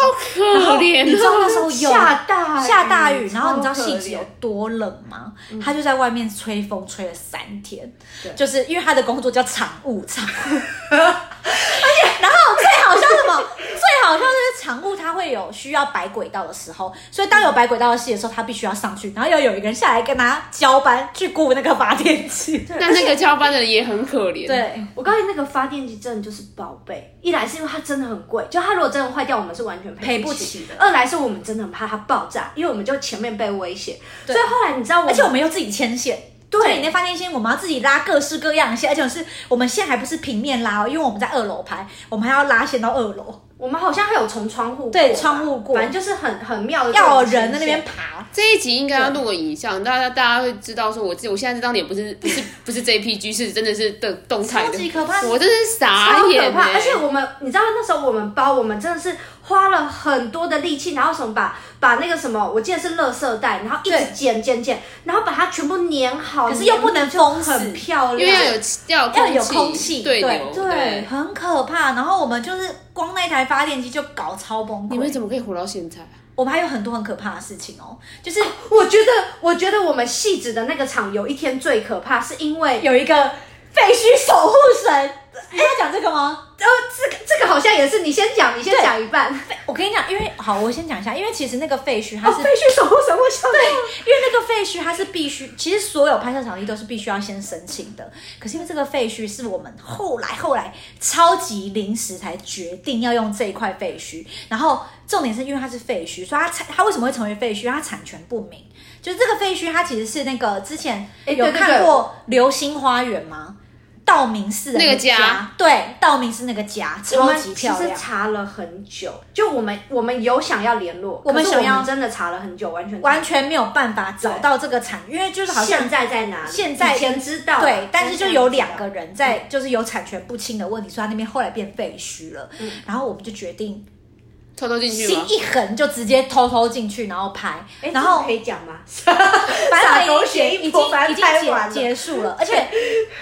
你知
怜
道
啊！
那时候有
下大雨
下大雨，然后你知道
啊嗯超
戏
可
子
怜嗯
有多冷吗？他就在外面吹风吹了三天
对，
就是因为他的工作叫场务，场务。 而且，然后最好笑是什么？ 最好笑就是场务他会有需要摆轨道的时候，所以当有摆轨道的戏的时候，他必须要上去，然后要有一个人下来跟他交班去顾那个发电 机。
但那个交班的也很可怜，，
对，
我告诉你，那个发电机真的就是宝贝。一来是因为它真的很贵，就它如果真的坏掉，我们是完全
赔不
不
起的
二来是我们真的很怕它爆炸，因为我们就前面被威胁。
对
所以后来你知道我，
而且我们又自己牵线。
对
所以你那发电线我们要自己拉各式各样的线，而且是我们线还不是平面拉哦，因为我们在二楼拍，我们还要拉线到二楼，
我们好像还有从窗户过
对
吧
窗户过
反正就是很很妙的，
要有人在那边。爬。
这一集应该要录个影像，大家大家会知道说，我自己我现在这张脸不是不是不是 JPG，是真的是动动态的，
超级可怕
我真是傻
超
眼
可
欸
怕！而且我们，你知道那时候我们包，我们真的是花了很多的力气，然后什么把把那个什么，我记得是垃圾袋，然后一直
对
剪剪剪，然后把它全部粘好，
可是又不能封死
很漂亮，
因为要有要有
要有
气
空气
对
对
流，
对
很可怕，然后我们就是光那台发电机就搞超崩
你们
溃。
怎么可以活到现在？
我们还有很多很可怕的事情哦，就是
我觉得，我觉得我们戏子的那个场有一天最可怕，是因为
有一个废墟守护神，你要讲这个吗？
呃，这个这个好像也是你先讲，你先
对
讲一半。
我跟你讲，因为好，我先讲一下，因为其实那个废墟它
哦，
是
废墟守护神，我想对，
因为那个废墟它是必须，其实所有拍摄场地都是必须要先申请的。可是因为这个废墟是我们后来后来超级临时才决定要用这一块废墟，然后重点是因为它是废墟，所以它产它为什么会成为废墟？因为它产权不明。就是这个废墟，它其实是那个之前
诶
有
哎对对
看
对
过《流星花园》吗？道明寺的
那个
家，
家
对，道明寺那个家
我
超
们
级
其
漂
实
亮。
查了很久，就我们我们有想要联络，
我们
可是
想要
真的查了很久，完全
完全没有办法找到这个产，因为就是好像
现在在哪里？
现在
以前知道，嗯
对，但是就有两个
人，
人在，就是有产权不清的问题，所以他那边后来变废墟了。
嗯
然后我们就决定
偷偷进去
心
吗？
一横，就直接偷偷进去，然后拍。
诶
然
啊哎这
后
个可以讲 吗？
反
撒狗血
已
一
经
波，反
已
正
经
拍完
结
了
结束了。而且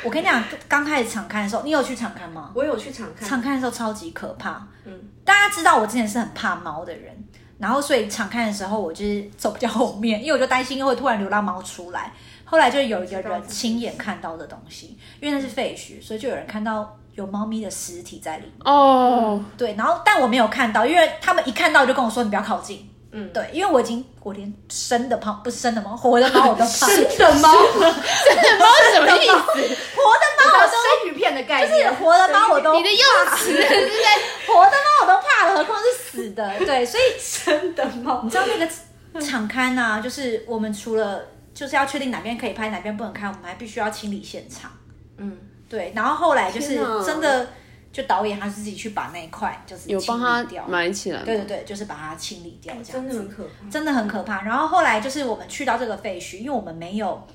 我跟你讲，刚开始场刊的时候，你有去场刊吗？
我有去场看，
场刊的时候超级可怕。
嗯
大家知道我之前是很怕猫的人，然后所以常看的时候我就是走比较后面，因为我就担心会突然流浪猫出来。后来就有一个人亲眼看到的东西，因为那是废墟，所以就有人看到有猫咪的尸体在里面。
哦，
对，然后但我没有看到，因为他们一看到就跟我说你不要靠近。
嗯，
对，因为我已经我连生的猫不是生的猫，活的猫我都怕，活的
真的 猫，
这猫是什么意思？
猫我都
哦生鱼片的概
是
念，
活的猫我都
你的用词是在
活的猫我都怕了，何况是死的？对，所以
真的猫
你。知道那个场刊啊，就是我们除了就是要确定哪边可以拍，哪边不能拍，我们还必须要清理现场。
嗯，
对，然后后来就是
天哪
真的，就导演他是自己去把那一块就是
有 帮
清
他
理掉，
埋起来吗，
对对对，就是把它清理掉这样子，
可怕。
真的很可怕。然后后来就是我们去到这个废墟，因为我们没有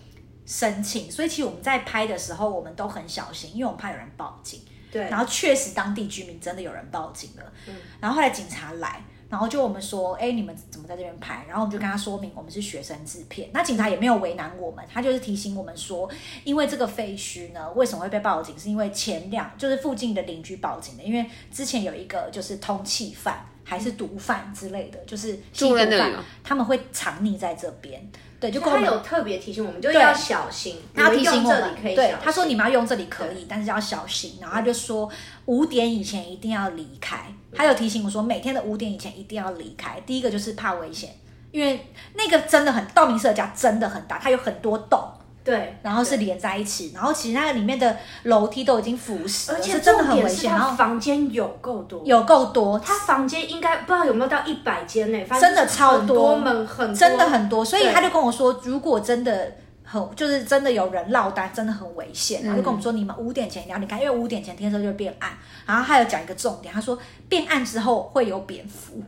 申请，所以其实我们在拍的时候我们都很小心，因为我们怕有人报警。
对，
然后确实当地居民真的有人报警了，
嗯
然后后来警察来，然后就我们说，哎，你们怎么在这边拍？然后我们就跟他说明我们是学生制片，那警察也没有为难我们，他就是提醒我们说，因为这个废墟呢，为什么会被报警？是因为前两就是附近的邻居报警的，因为之前有一个就是通缉犯。还是毒贩之类的，就是吸
嗯住在
毒
那里哦
贩
吗
他们会藏匿在这边，对，就
就
跟我
他
们
有特别提醒我们，就是要小心。
他提醒
你
我
们用这
们
里可，以小
对
心，
他说你们要用这里可以，但是要小心。然后他就说五点以前一定要离开，他有提醒我说每天的五点以前一定要离开。第一个就是怕危险，因为那个真的很道明寺的家真的很大，它有很多栋，
对，
然后是连在一起，然后其实那个里面的楼梯都已经腐蚀了，
而且
是真的
重
很危
点是
险。
他
然后
房间有够多，
有够多，
他房间应该不知道有没有到一百间呢，反正
真的
就是
超
很
多
多门很多
真的很多，所以
对
他就跟我说，如果真的很就是真的有人落单，真的很危险。他就跟我们说，你们五点前一定要离开，因为五点前天色就会变暗。然后他有讲一个重点，他说变暗之后会有蝙蝠。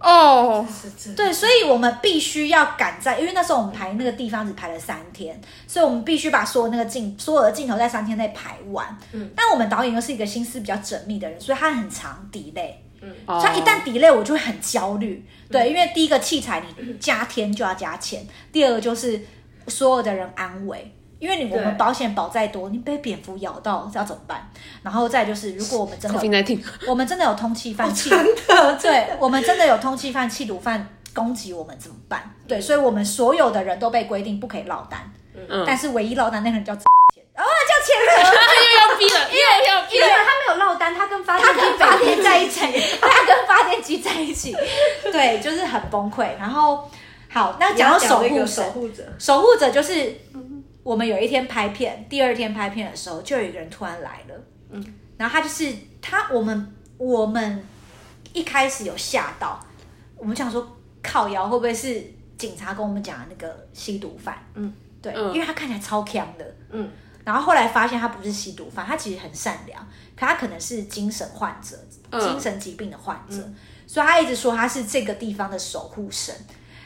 哦，
是真的
对，所以我们必须要赶在，因为那时候我们排那个地方只排了三天，所以我们必须把所有那个镜所有的镜头在三天内排完。嗯，但我们导演又是一个心思比较缜密的人，所以他很常 delay。
哦
所以一旦 delay 我就会很焦虑，对，因为第一个器材你加天就要加钱，第二个就是所有的人安慰，因为你我
对
们保险保再多，你被蝙蝠咬到要怎么办？然后再就是，如果我们真的
，COVID
有
nineteen，
我们真的有通缉犯气，对我们真的有通缉犯、气毒犯攻击我们怎么办？对，所以我们所有的人都被规定不可以落单，
嗯，
但是唯一落单那个人叫钱，啊叫钱人，
他又要逼了，又要逼
因为
了，
他没有落单，他跟发
他
电
跟
机
发
发
电
电
在
在
一
一
起
起，
他跟发电机在一起，对，就是很崩溃。然后，好，那讲到守护神，
护者，
守护者就是我们有一天拍片，第二天拍片的时候，就有一个人突然来了，嗯，然后他就是他，我们我们一开始有吓到，我们想说靠腰会不会是警察跟我们讲的那个吸毒犯？
嗯，
对，
嗯
因为他看起来超强的，
嗯，
然后后来发现他不是吸毒犯，他其实很善良，可他可能是精神患者，
嗯
精神疾病的患者，所以他一直说他是这个地方的守护神。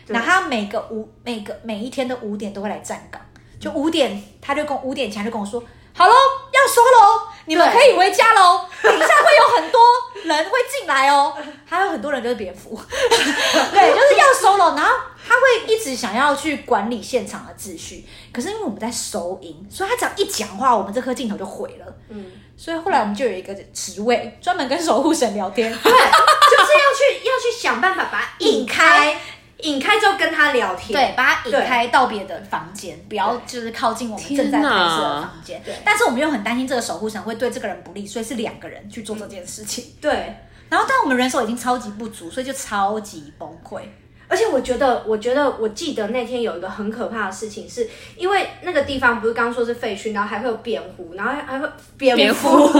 然后他每个五每个每一天的五点都会来站岗，就五点他就跟五点前他就跟我说，好喽，要收喽，你们
对
可以回家喽，等一下会有很多人会进来哦，还有很多人就是蝙蝠， 对，就是要收了，然后他会一直想要去管理现场的秩序，可是因为我们在收银，所以他只要一讲话，我们这颗镜头就毁了。嗯，所以后来我们就有一个职位专门跟守护神聊天，
就是要去要去想办法把它
引
引
开
开，引开之后跟他聊 天。
对，把它引
对
开到别的房间，不要就是靠近我们正在拍摄的房间
天哪对。
但是我们又很担心这个守护神会对这个人不利，所以是两个人去做这件事情。
对，
嗯然后，但我们人手已经超级不足，所以就超级崩溃。
而且我觉得，我觉得我记得那天有一个很可怕的事情是，因为那个地方不是刚说是废墟，然后还会有蝙蝠，然后还会 蝙
蝙
蝠
蝠。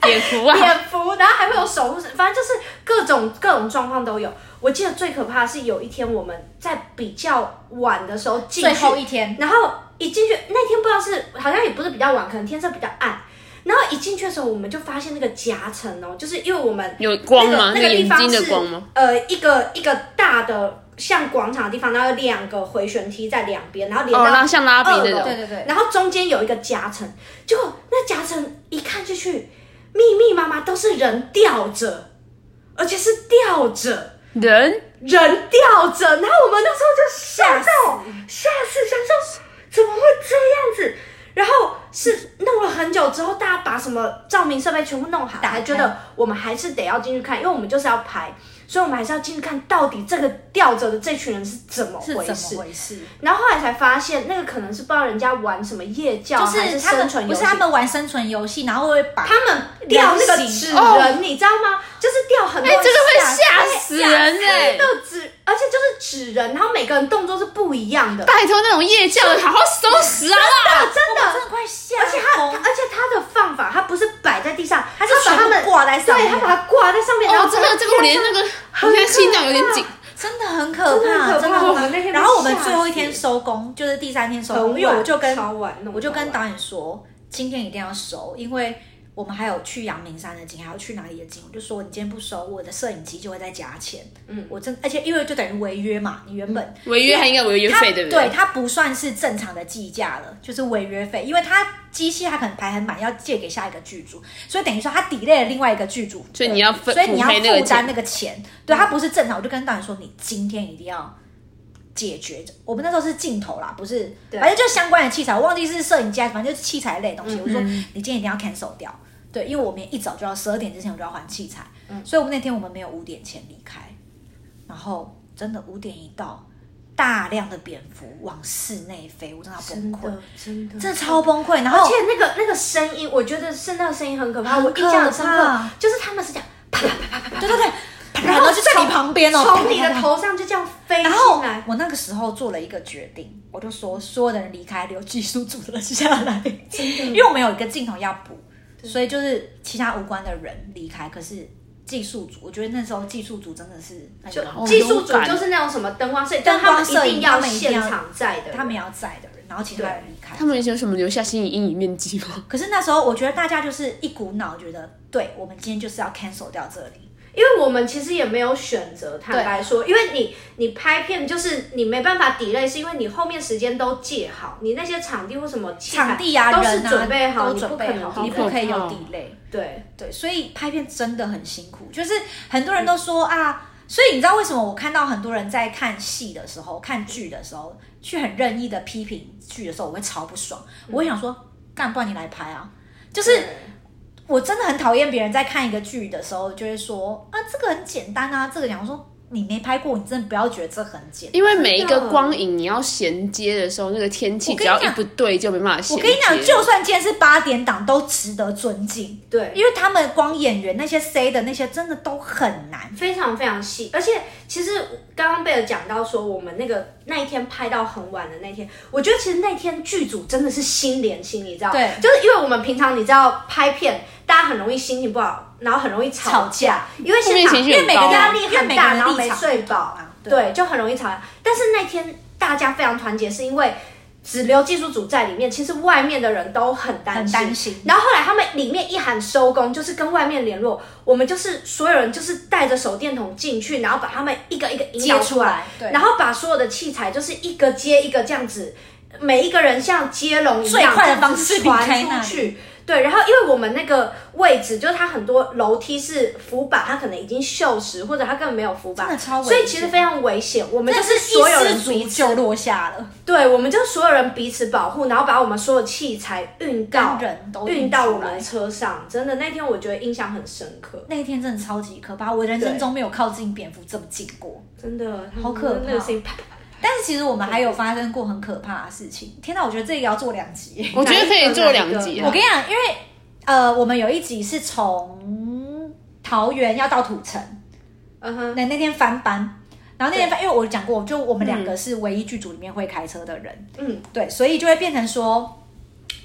蝙蝠啊，
蝙蝠，然后还会有守护神，反正就是各种各种状况都有。我记得最可怕的是有一天我们在比较晚的时候进
最
去，
后一天，
然后一进去那天不知道是好像也不是比较晚，可能天色比较暗。然后一进去的时候，我们就发现那个夹层哦，就是因为我们
有光吗？那
那个
个
地
眼
方
睛的
是
光吗？
呃，一个一个大的像广场的地方，然后有两个回旋梯在两边，然后连
哦，
到
那像拉比那
啊二楼
对
种，
对对，
然后中间有一个夹层，结果那夹层一看进去，密密麻麻都是人吊着，而且是吊着。
人
人吊着，然后我们那时候就吓到，吓死，想说怎么会这样子？然后是弄了很久之后，大家把什么照明设备全部弄好，
打开
还觉得我们还是得要进去看，因为我们就是要拍，所以我们还是要进去看到底这个吊着的这群人是怎么
是
回
怎
事
么。回事？
然后后来才发现，那个可能是不知道人家玩什么夜教，
就
还
是他
生存
们不
游戏，
是他们玩生存游戏，然后会把
他们吊那个
人
纸
形
人，
哦
你知道吗？就是吊很多
哎，这
人
个
下
会
水
吓死人哎
欸
真！的纸，而且就是纸人，然后每个人动作是不一样的，
拜托那种夜教的，好好收拾啊！
哦真的真的快吓
而且他，
疯，
而且他的放法，他不是摆在地上，他是
全部
把他们
挂在上
对，
面
他把它挂在上面，然
哦
后，
这个这个我连那个，我现在心脏有点紧，
真的很可
真的很
怕，
可怕
真的很
我们那天被
然后我们
吓
最后一
死
天收工，就是第三天收
哎很
工，
晚
因为我就跟
超晚，弄
我就
超
跟
晚
导演说，今天一定要收，因为我们还有去阳明山的景，还有去哪里的景，我就说你今天不收，我的摄影机就会再加钱。
嗯
我真而且因为就等于违约嘛，你原本
违约还应该违约
它
费，对不对？
它不算是正常的计价了，就是违约费，因为它机器它可能排很满，要借给下一个剧组，所以等于说它 delay 了另外一个剧组，呃
所以你要分
所以你要
补赔那个
负担
钱
那个钱，对，它不是正常。我就跟导演说，你今天一定要。解决我们那时候是镜头啦，不是，
对
反正就相关的器材，我忘记是摄影机还是，反正就是器材类的东西。我说
嗯
你今天一定要 cancel 掉，对，因为我们一早就要十二点之前我就要还器材，所以我们那天我们没有五点前离开，然后真的五点一到，大量的蝙蝠往室内飞，我真的要崩
真
溃，
的真的
真的超崩溃。然后
而且那个那个声音，我觉得是那个声音很可怕，
很
我印象很深
可
刻
怕，
就是他们是讲啪啪啪啪啪啪，
对对对，然
然
后
后
就在你
从
旁边哦，
从你的头上就这样飞
然后
进来，
我那个时候做了一个决定，我就说所有的人离开，留技术组的人下来，因为我们有一个镜头要补，所以就是其他无关的人离开，可是技术组，我觉得那时候技术组真的是很
就
有
哦
技术组就是那种什么灯光摄影，但
灯
他
光
们
摄
一
影
定要
他们一定
现
要
场在的，
他们也要在的人，然后其他人离开
他。们以前有什么留下心理阴影面积吗？
可是那时候我觉得大家就是一股脑觉得，对我们今天就是要 cancel 掉这里，
因为我们其实也没有选择，坦白说，因为你你拍片就是你没办法 delay，是因为你后面时间都借好，你那些场地或什么器材
场地啊、
都
人
是
啊
准备好，
都准备好，
你
你
不
不
可能 delay
可以有
好可
delay。
对，
对，所以拍片真的很辛苦，就是很多人都说啊，所以你知道为什么我看到很多人在看戏的时候、看剧的时候，去很任意的批评剧的时候，我会超不爽，
嗯
我会想说，干，不然你来拍啊，就是。我真的很讨厌别人在看一个剧的时候，就会说啊，这个很简单啊，这个讲说你没拍过，你真的不要觉得这很简单。
因为每一个光影你要衔接的时候，那个天气
我
只
跟你
要
讲
一不对就没办法衔
我
接。
跟你讲，就算今天是八点档，都值得尊敬，
对
因为他们光演员那些 C 的那些真的都很难。
非常非常细，而且其实刚刚贝尔讲到说，我们那个那一天拍到很晚的那天，我觉得其实那天剧组真的是心连心，你知道吗？
对
就是因为我们平常你知道拍片，大家很容易心情不好，然后很容易
吵
吵架，
架，
因为
负面
现场
情绪
因为
很
每个
高啊
压力
因为
很
每个
大，
人
然后
立
没
场
睡
不
饱
同啊对
对，就很容易吵架。但是那天大家非常团结，是因为只留技术组在里面，其实外面的人都很担
很担心
然后后来他们里面一喊收工，就是跟外面联络，我们就是所有人就是带着手电筒进去，然后把他们一个一个引导
接出来对
然后把所有的器材就是一个接一个这样子。每一个人像接龙一
最
样
快的方式
这样子
离开
传
那里
出去，对，然后因为我们那个位置就是它很多楼梯是扶把，它可能已经锈蚀，或者它根本没有扶把，
真的超危
所以
险
其实非常危险。我们
那
就是所有人彼此，
就落下了，
对，我们就是所有人彼此保护，然后把我们所有器材运到
跟人都
运到
运
我
出来
们车上。真的，那天我觉得印象很深刻，
那一天真的超级可怕，我人生中没有靠近蝙蝠这么近过。
真的
好可怕
那个声音啪啪啪
但是其实我们还有发生过很可怕的事情。天哪，我觉得这个要做两 集。
我觉得可以做两
哪一
集
个
啊。
我跟你讲，因为呃，我们有一集是从桃园要到土城，
嗯哼，
那那天翻班。然后那天翻，因为我讲过，就我们两个是唯一剧组里面会开车的人，
嗯，
对，所以就会变成说，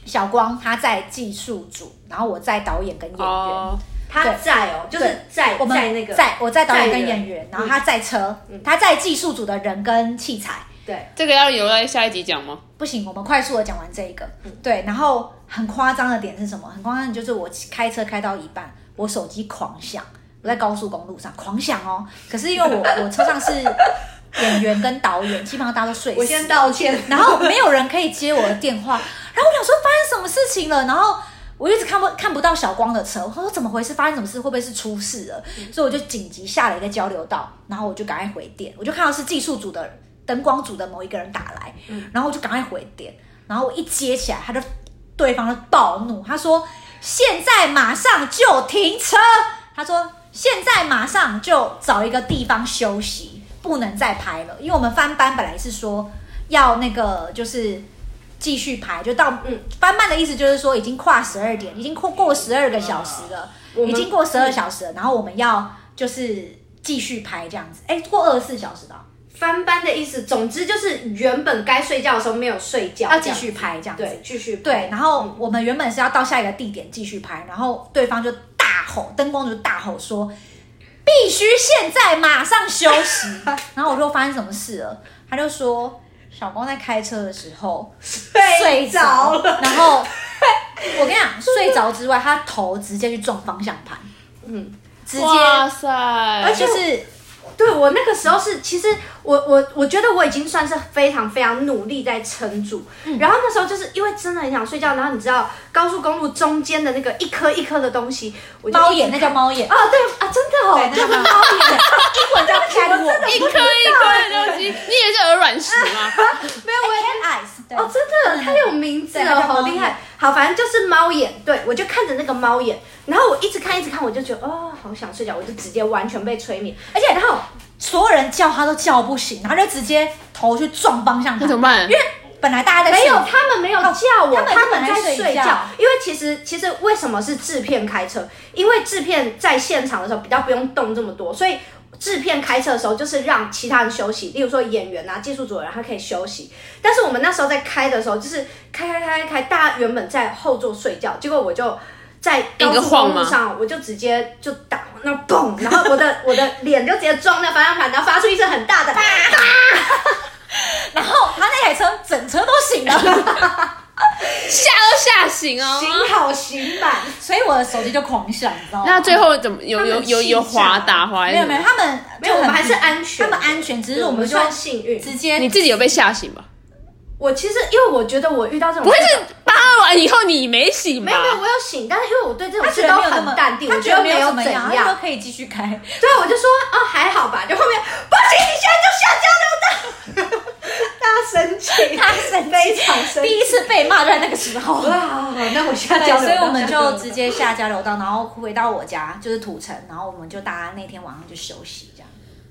小光他在技术组，然后我在导演跟演员，
哦，
他
对
在哦，就是
对
在
我们
在那个
在我在导演跟
在
演员，然后他在车，他在技术组的人跟器材。
对，
这个要留在下一集讲吗？
不行，我们快速的讲完这一个。对，然后很夸张的点是什么？很夸张的就是我开车开到一半，我手机狂响，我在高速公路上狂响哦。可是因为我我车上是演员跟导演，基本上大家都睡
我
死
先，道歉，
然后没有人可以接我的电话，然后我想说发生什么事情了，然后。我一直看不看不到小光的车，我说哦怎么回事？发生什么事？会不会是出事了？所以我就紧急下了一个交流道，然后我就赶快回电，我就看到是技术组的灯光组的某一个人打来，然后我就赶快回电，然后我一接起来，他就对方就暴怒，他说现在马上就停车，他说现在马上就找一个地方休息，不能再拍了，因为我们翻班本来是说要那个就是。继续拍，就到
嗯
翻班的意思就是说已经跨十二点，已经过过十二个小时了，
我们
已经过十二小时了，然后我们要就是继续拍这样子，哎，过二十四小时的哦、
翻班的意思，总之就是原本该睡觉的时候没有睡觉，
要继续拍这样
这
子，
样对，继续
对，然后我们原本是要到下一个地点继续拍，然后对方就大吼，灯光就大吼说：“必须现在马上休息。 然后我就发生什么事了，他就说小光在开车的时候睡
睡
着
着了，
然后我跟你讲，睡着之外，他头直接去撞方向盘，
嗯，
直接
哇塞！
而且是
对我那个时候是，其实我我我觉得我已经算是非常非常努力在撑住。
嗯
然后那时候就是因为真的很想睡觉，然后你知道高速公路中间的那个一颗一颗的东西，我就
猫
一
眼，那叫猫眼。
哦，对啊，真的哦，
对那叫
就是
猫
猫眼。
英文叫 cat
一颗一颗的东西，你也是耳软石吗？
没有，我也 eyes。对
哦，真的，它有名字
对它
哦，
叫
好
猫
厉
眼
害。好，反正就是猫眼，对我就看着那个猫眼，然后我一直看一直看，我就觉得哦，好想睡觉，我就直接完全被催眠。而且然后
所有人叫他都叫不醒，然后就直接头去撞方向盘，
那怎
因
么办？
为本来大家在
没有，
睡
他们没有叫我，
他们
哦他们
他们
在
在
睡
睡
觉
觉。
因为其实其实为什么是制片开车？因为制片在现场的时候比较不用动这么多，所以制片开车的时候就是让其他人休息，例如说演员啊、技术组的人他可以休息。但是我们那时候在开的时候，就是开开开开开，大家原本在后座睡觉，结果我就。在高
一个
速
晃
公路
吗
上，我就直接就打那嘣，然后我的我的脸就直接撞那方向盘，然后发出一声很大的
啊
啪，
然后他那台车整车都醒了，
吓都吓醒哦。
醒好醒满。
所以我的手机就狂响，你知道吗？
那最后怎么有有有有滑打滑？
啊没有没有，，他们
没有，
就
我
很
们还是安全
他
的，
们安全，只是
对
我
我
们就
算幸运。
直接
你自己有被吓醒吧？
我其实因为我觉得我遇到这种
不会
事
是扒完以后你没醒吧？
没有没有，我有醒，但是因为我对这种
他
事
觉
都
得没有那
很
么
淡定，
他
我
觉得没
没有
怎
怎
么
样
样，。他都可以继续开。
对，我就说啊还好吧，就后面不行，你现在就下架掉 大，大家生气，
他生
非常生
第
气。
一次被骂就在那个时候。
哇，那我下
对，
架了，
所以我们
下架了
就直接下交流道，然后回到我家，就是土城，然后我们就大家那天晚上就休息这样。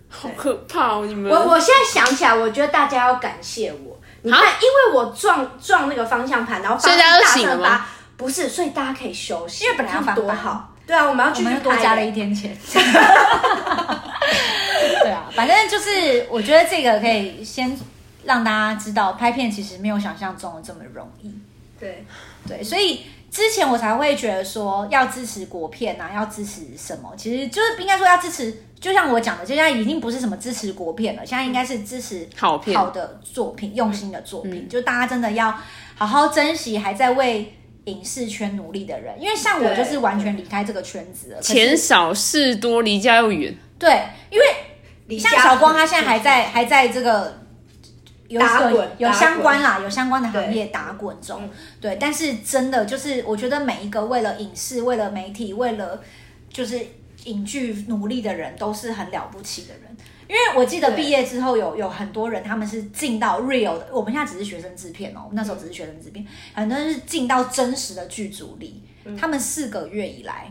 好可怕哦！你
嗯
们
我我现在想起来，我觉得大家要感谢我。你看
啊，
因为我撞撞那个方向盘，然后发
所以大家
出
都
大
醒了
声
吗
吧，不是，所以大家可以休息，
因为本来要
这
翻
样多
班
好。对啊，我们要
我
继续
们又多加了一天钱。 对啊，反正就是我觉得这个可以先让大家知道，拍片其实没有想象中的这么容易。
对，
对，所以之前我才会觉得说要支持国片啊，要支持什么，其实就是应该说要支持，就像我讲的，现在已经不是什么支持国片了，现在应该是支持
好片
好的作品，用心的作品，就大家真的要好好珍惜还在为影视圈努力的人，因为像我就是完全离开这个圈子了，可是
钱少事多，离家又远，
对，因为
李
像
佳
小
琦
光他现在还在还在这个有
打滚
有有
打
相
滚嗯
关啦，有相关的行业打滚中，对。但是真的就是，我觉得每一个为了影视、为了媒体、为了就是影剧努力的人，都是很了不起的人。因为我记得
对
毕业之后有有很多人，他们是进到 real 的，我们现在只是学生制片哦，我们
嗯
那时候只是学生制片，很多人是进到真实的剧组里，
嗯
他们四个月以来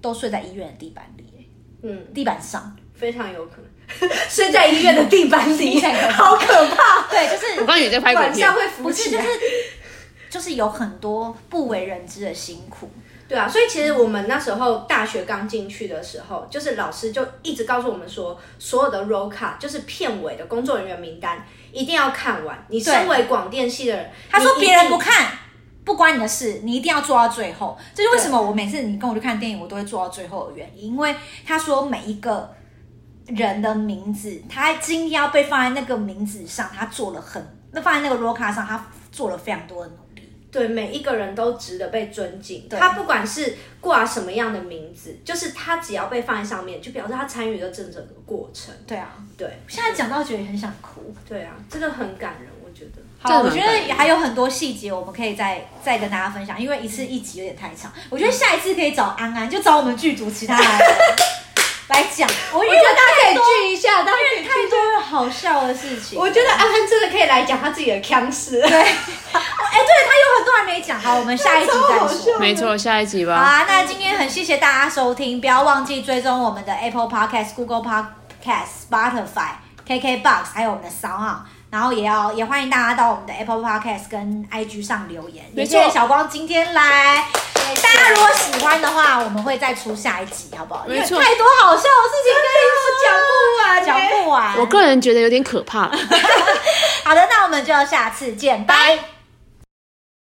都睡在医院的地板里，
嗯，
地板上，
非常有可能 睡在医院的地板 里，
非常有可能
好可怕。
对，就是
我刚以为在拍鬼
晚
片
上，会
不
浮
是，
起
就
来
是。就是有很多不为人知的辛苦，
对啊，所以其实我们那时候大学刚进去的时候，就是老师就一直告诉我们说，所有的 roll card 就是片尾的工作人员名单一定要看完。你身为广电系的人，
他说
你一
别人
定
不看，不关你的事，你一定要做到最后。这是为什么我每次你跟我去看电影，我都会做到最后的原因，因为他说每一个人的名字，他今天要被放在那个名字上，他做了很，那放在那个 roll card 上，他做了非常多的努力。
对每一个人都值得被尊敬。
对
他不管是挂什么样的名字，就是他只要被放在上面，就表示他参与了这整个过程。
对啊，
对
现在讲到觉得很想哭。
对啊，这个很感人，我觉得。
好，
这
哦我
蛮
觉
感
得
人
还有很多细节，我们可以再再跟大家分享，因为一次一集有点太长。我觉得下一次可以找安安，就找我们剧组其他 人来讲。我因
我
为
觉得大家可
太
以
多，
聚一下，大家可以
因为太多好笑的事情。
我觉得安安真的可以来讲他自己的腔事。
对，哎、对他有很多还没讲，好，我们下一集再
超好笑
说。
没错，下一集
好
吧。
啊，那今天很谢谢大家收听，不要忘记追踪我们的 Apple Podcast、Google Podcast、Spotify、KKBox，还有我们的 Sound。然后也要也欢迎大家到我们的 Apple Podcast 跟 IG 上留言。
没
也
错
谢谢小光今天来，大家如果喜欢的话，我们会再出下一集，好不好？因为
没错
太多好笑的事情跟你说，
真的我讲不完
讲不完。
我个人觉得有点可怕。
好的，那我们就下次见，拜。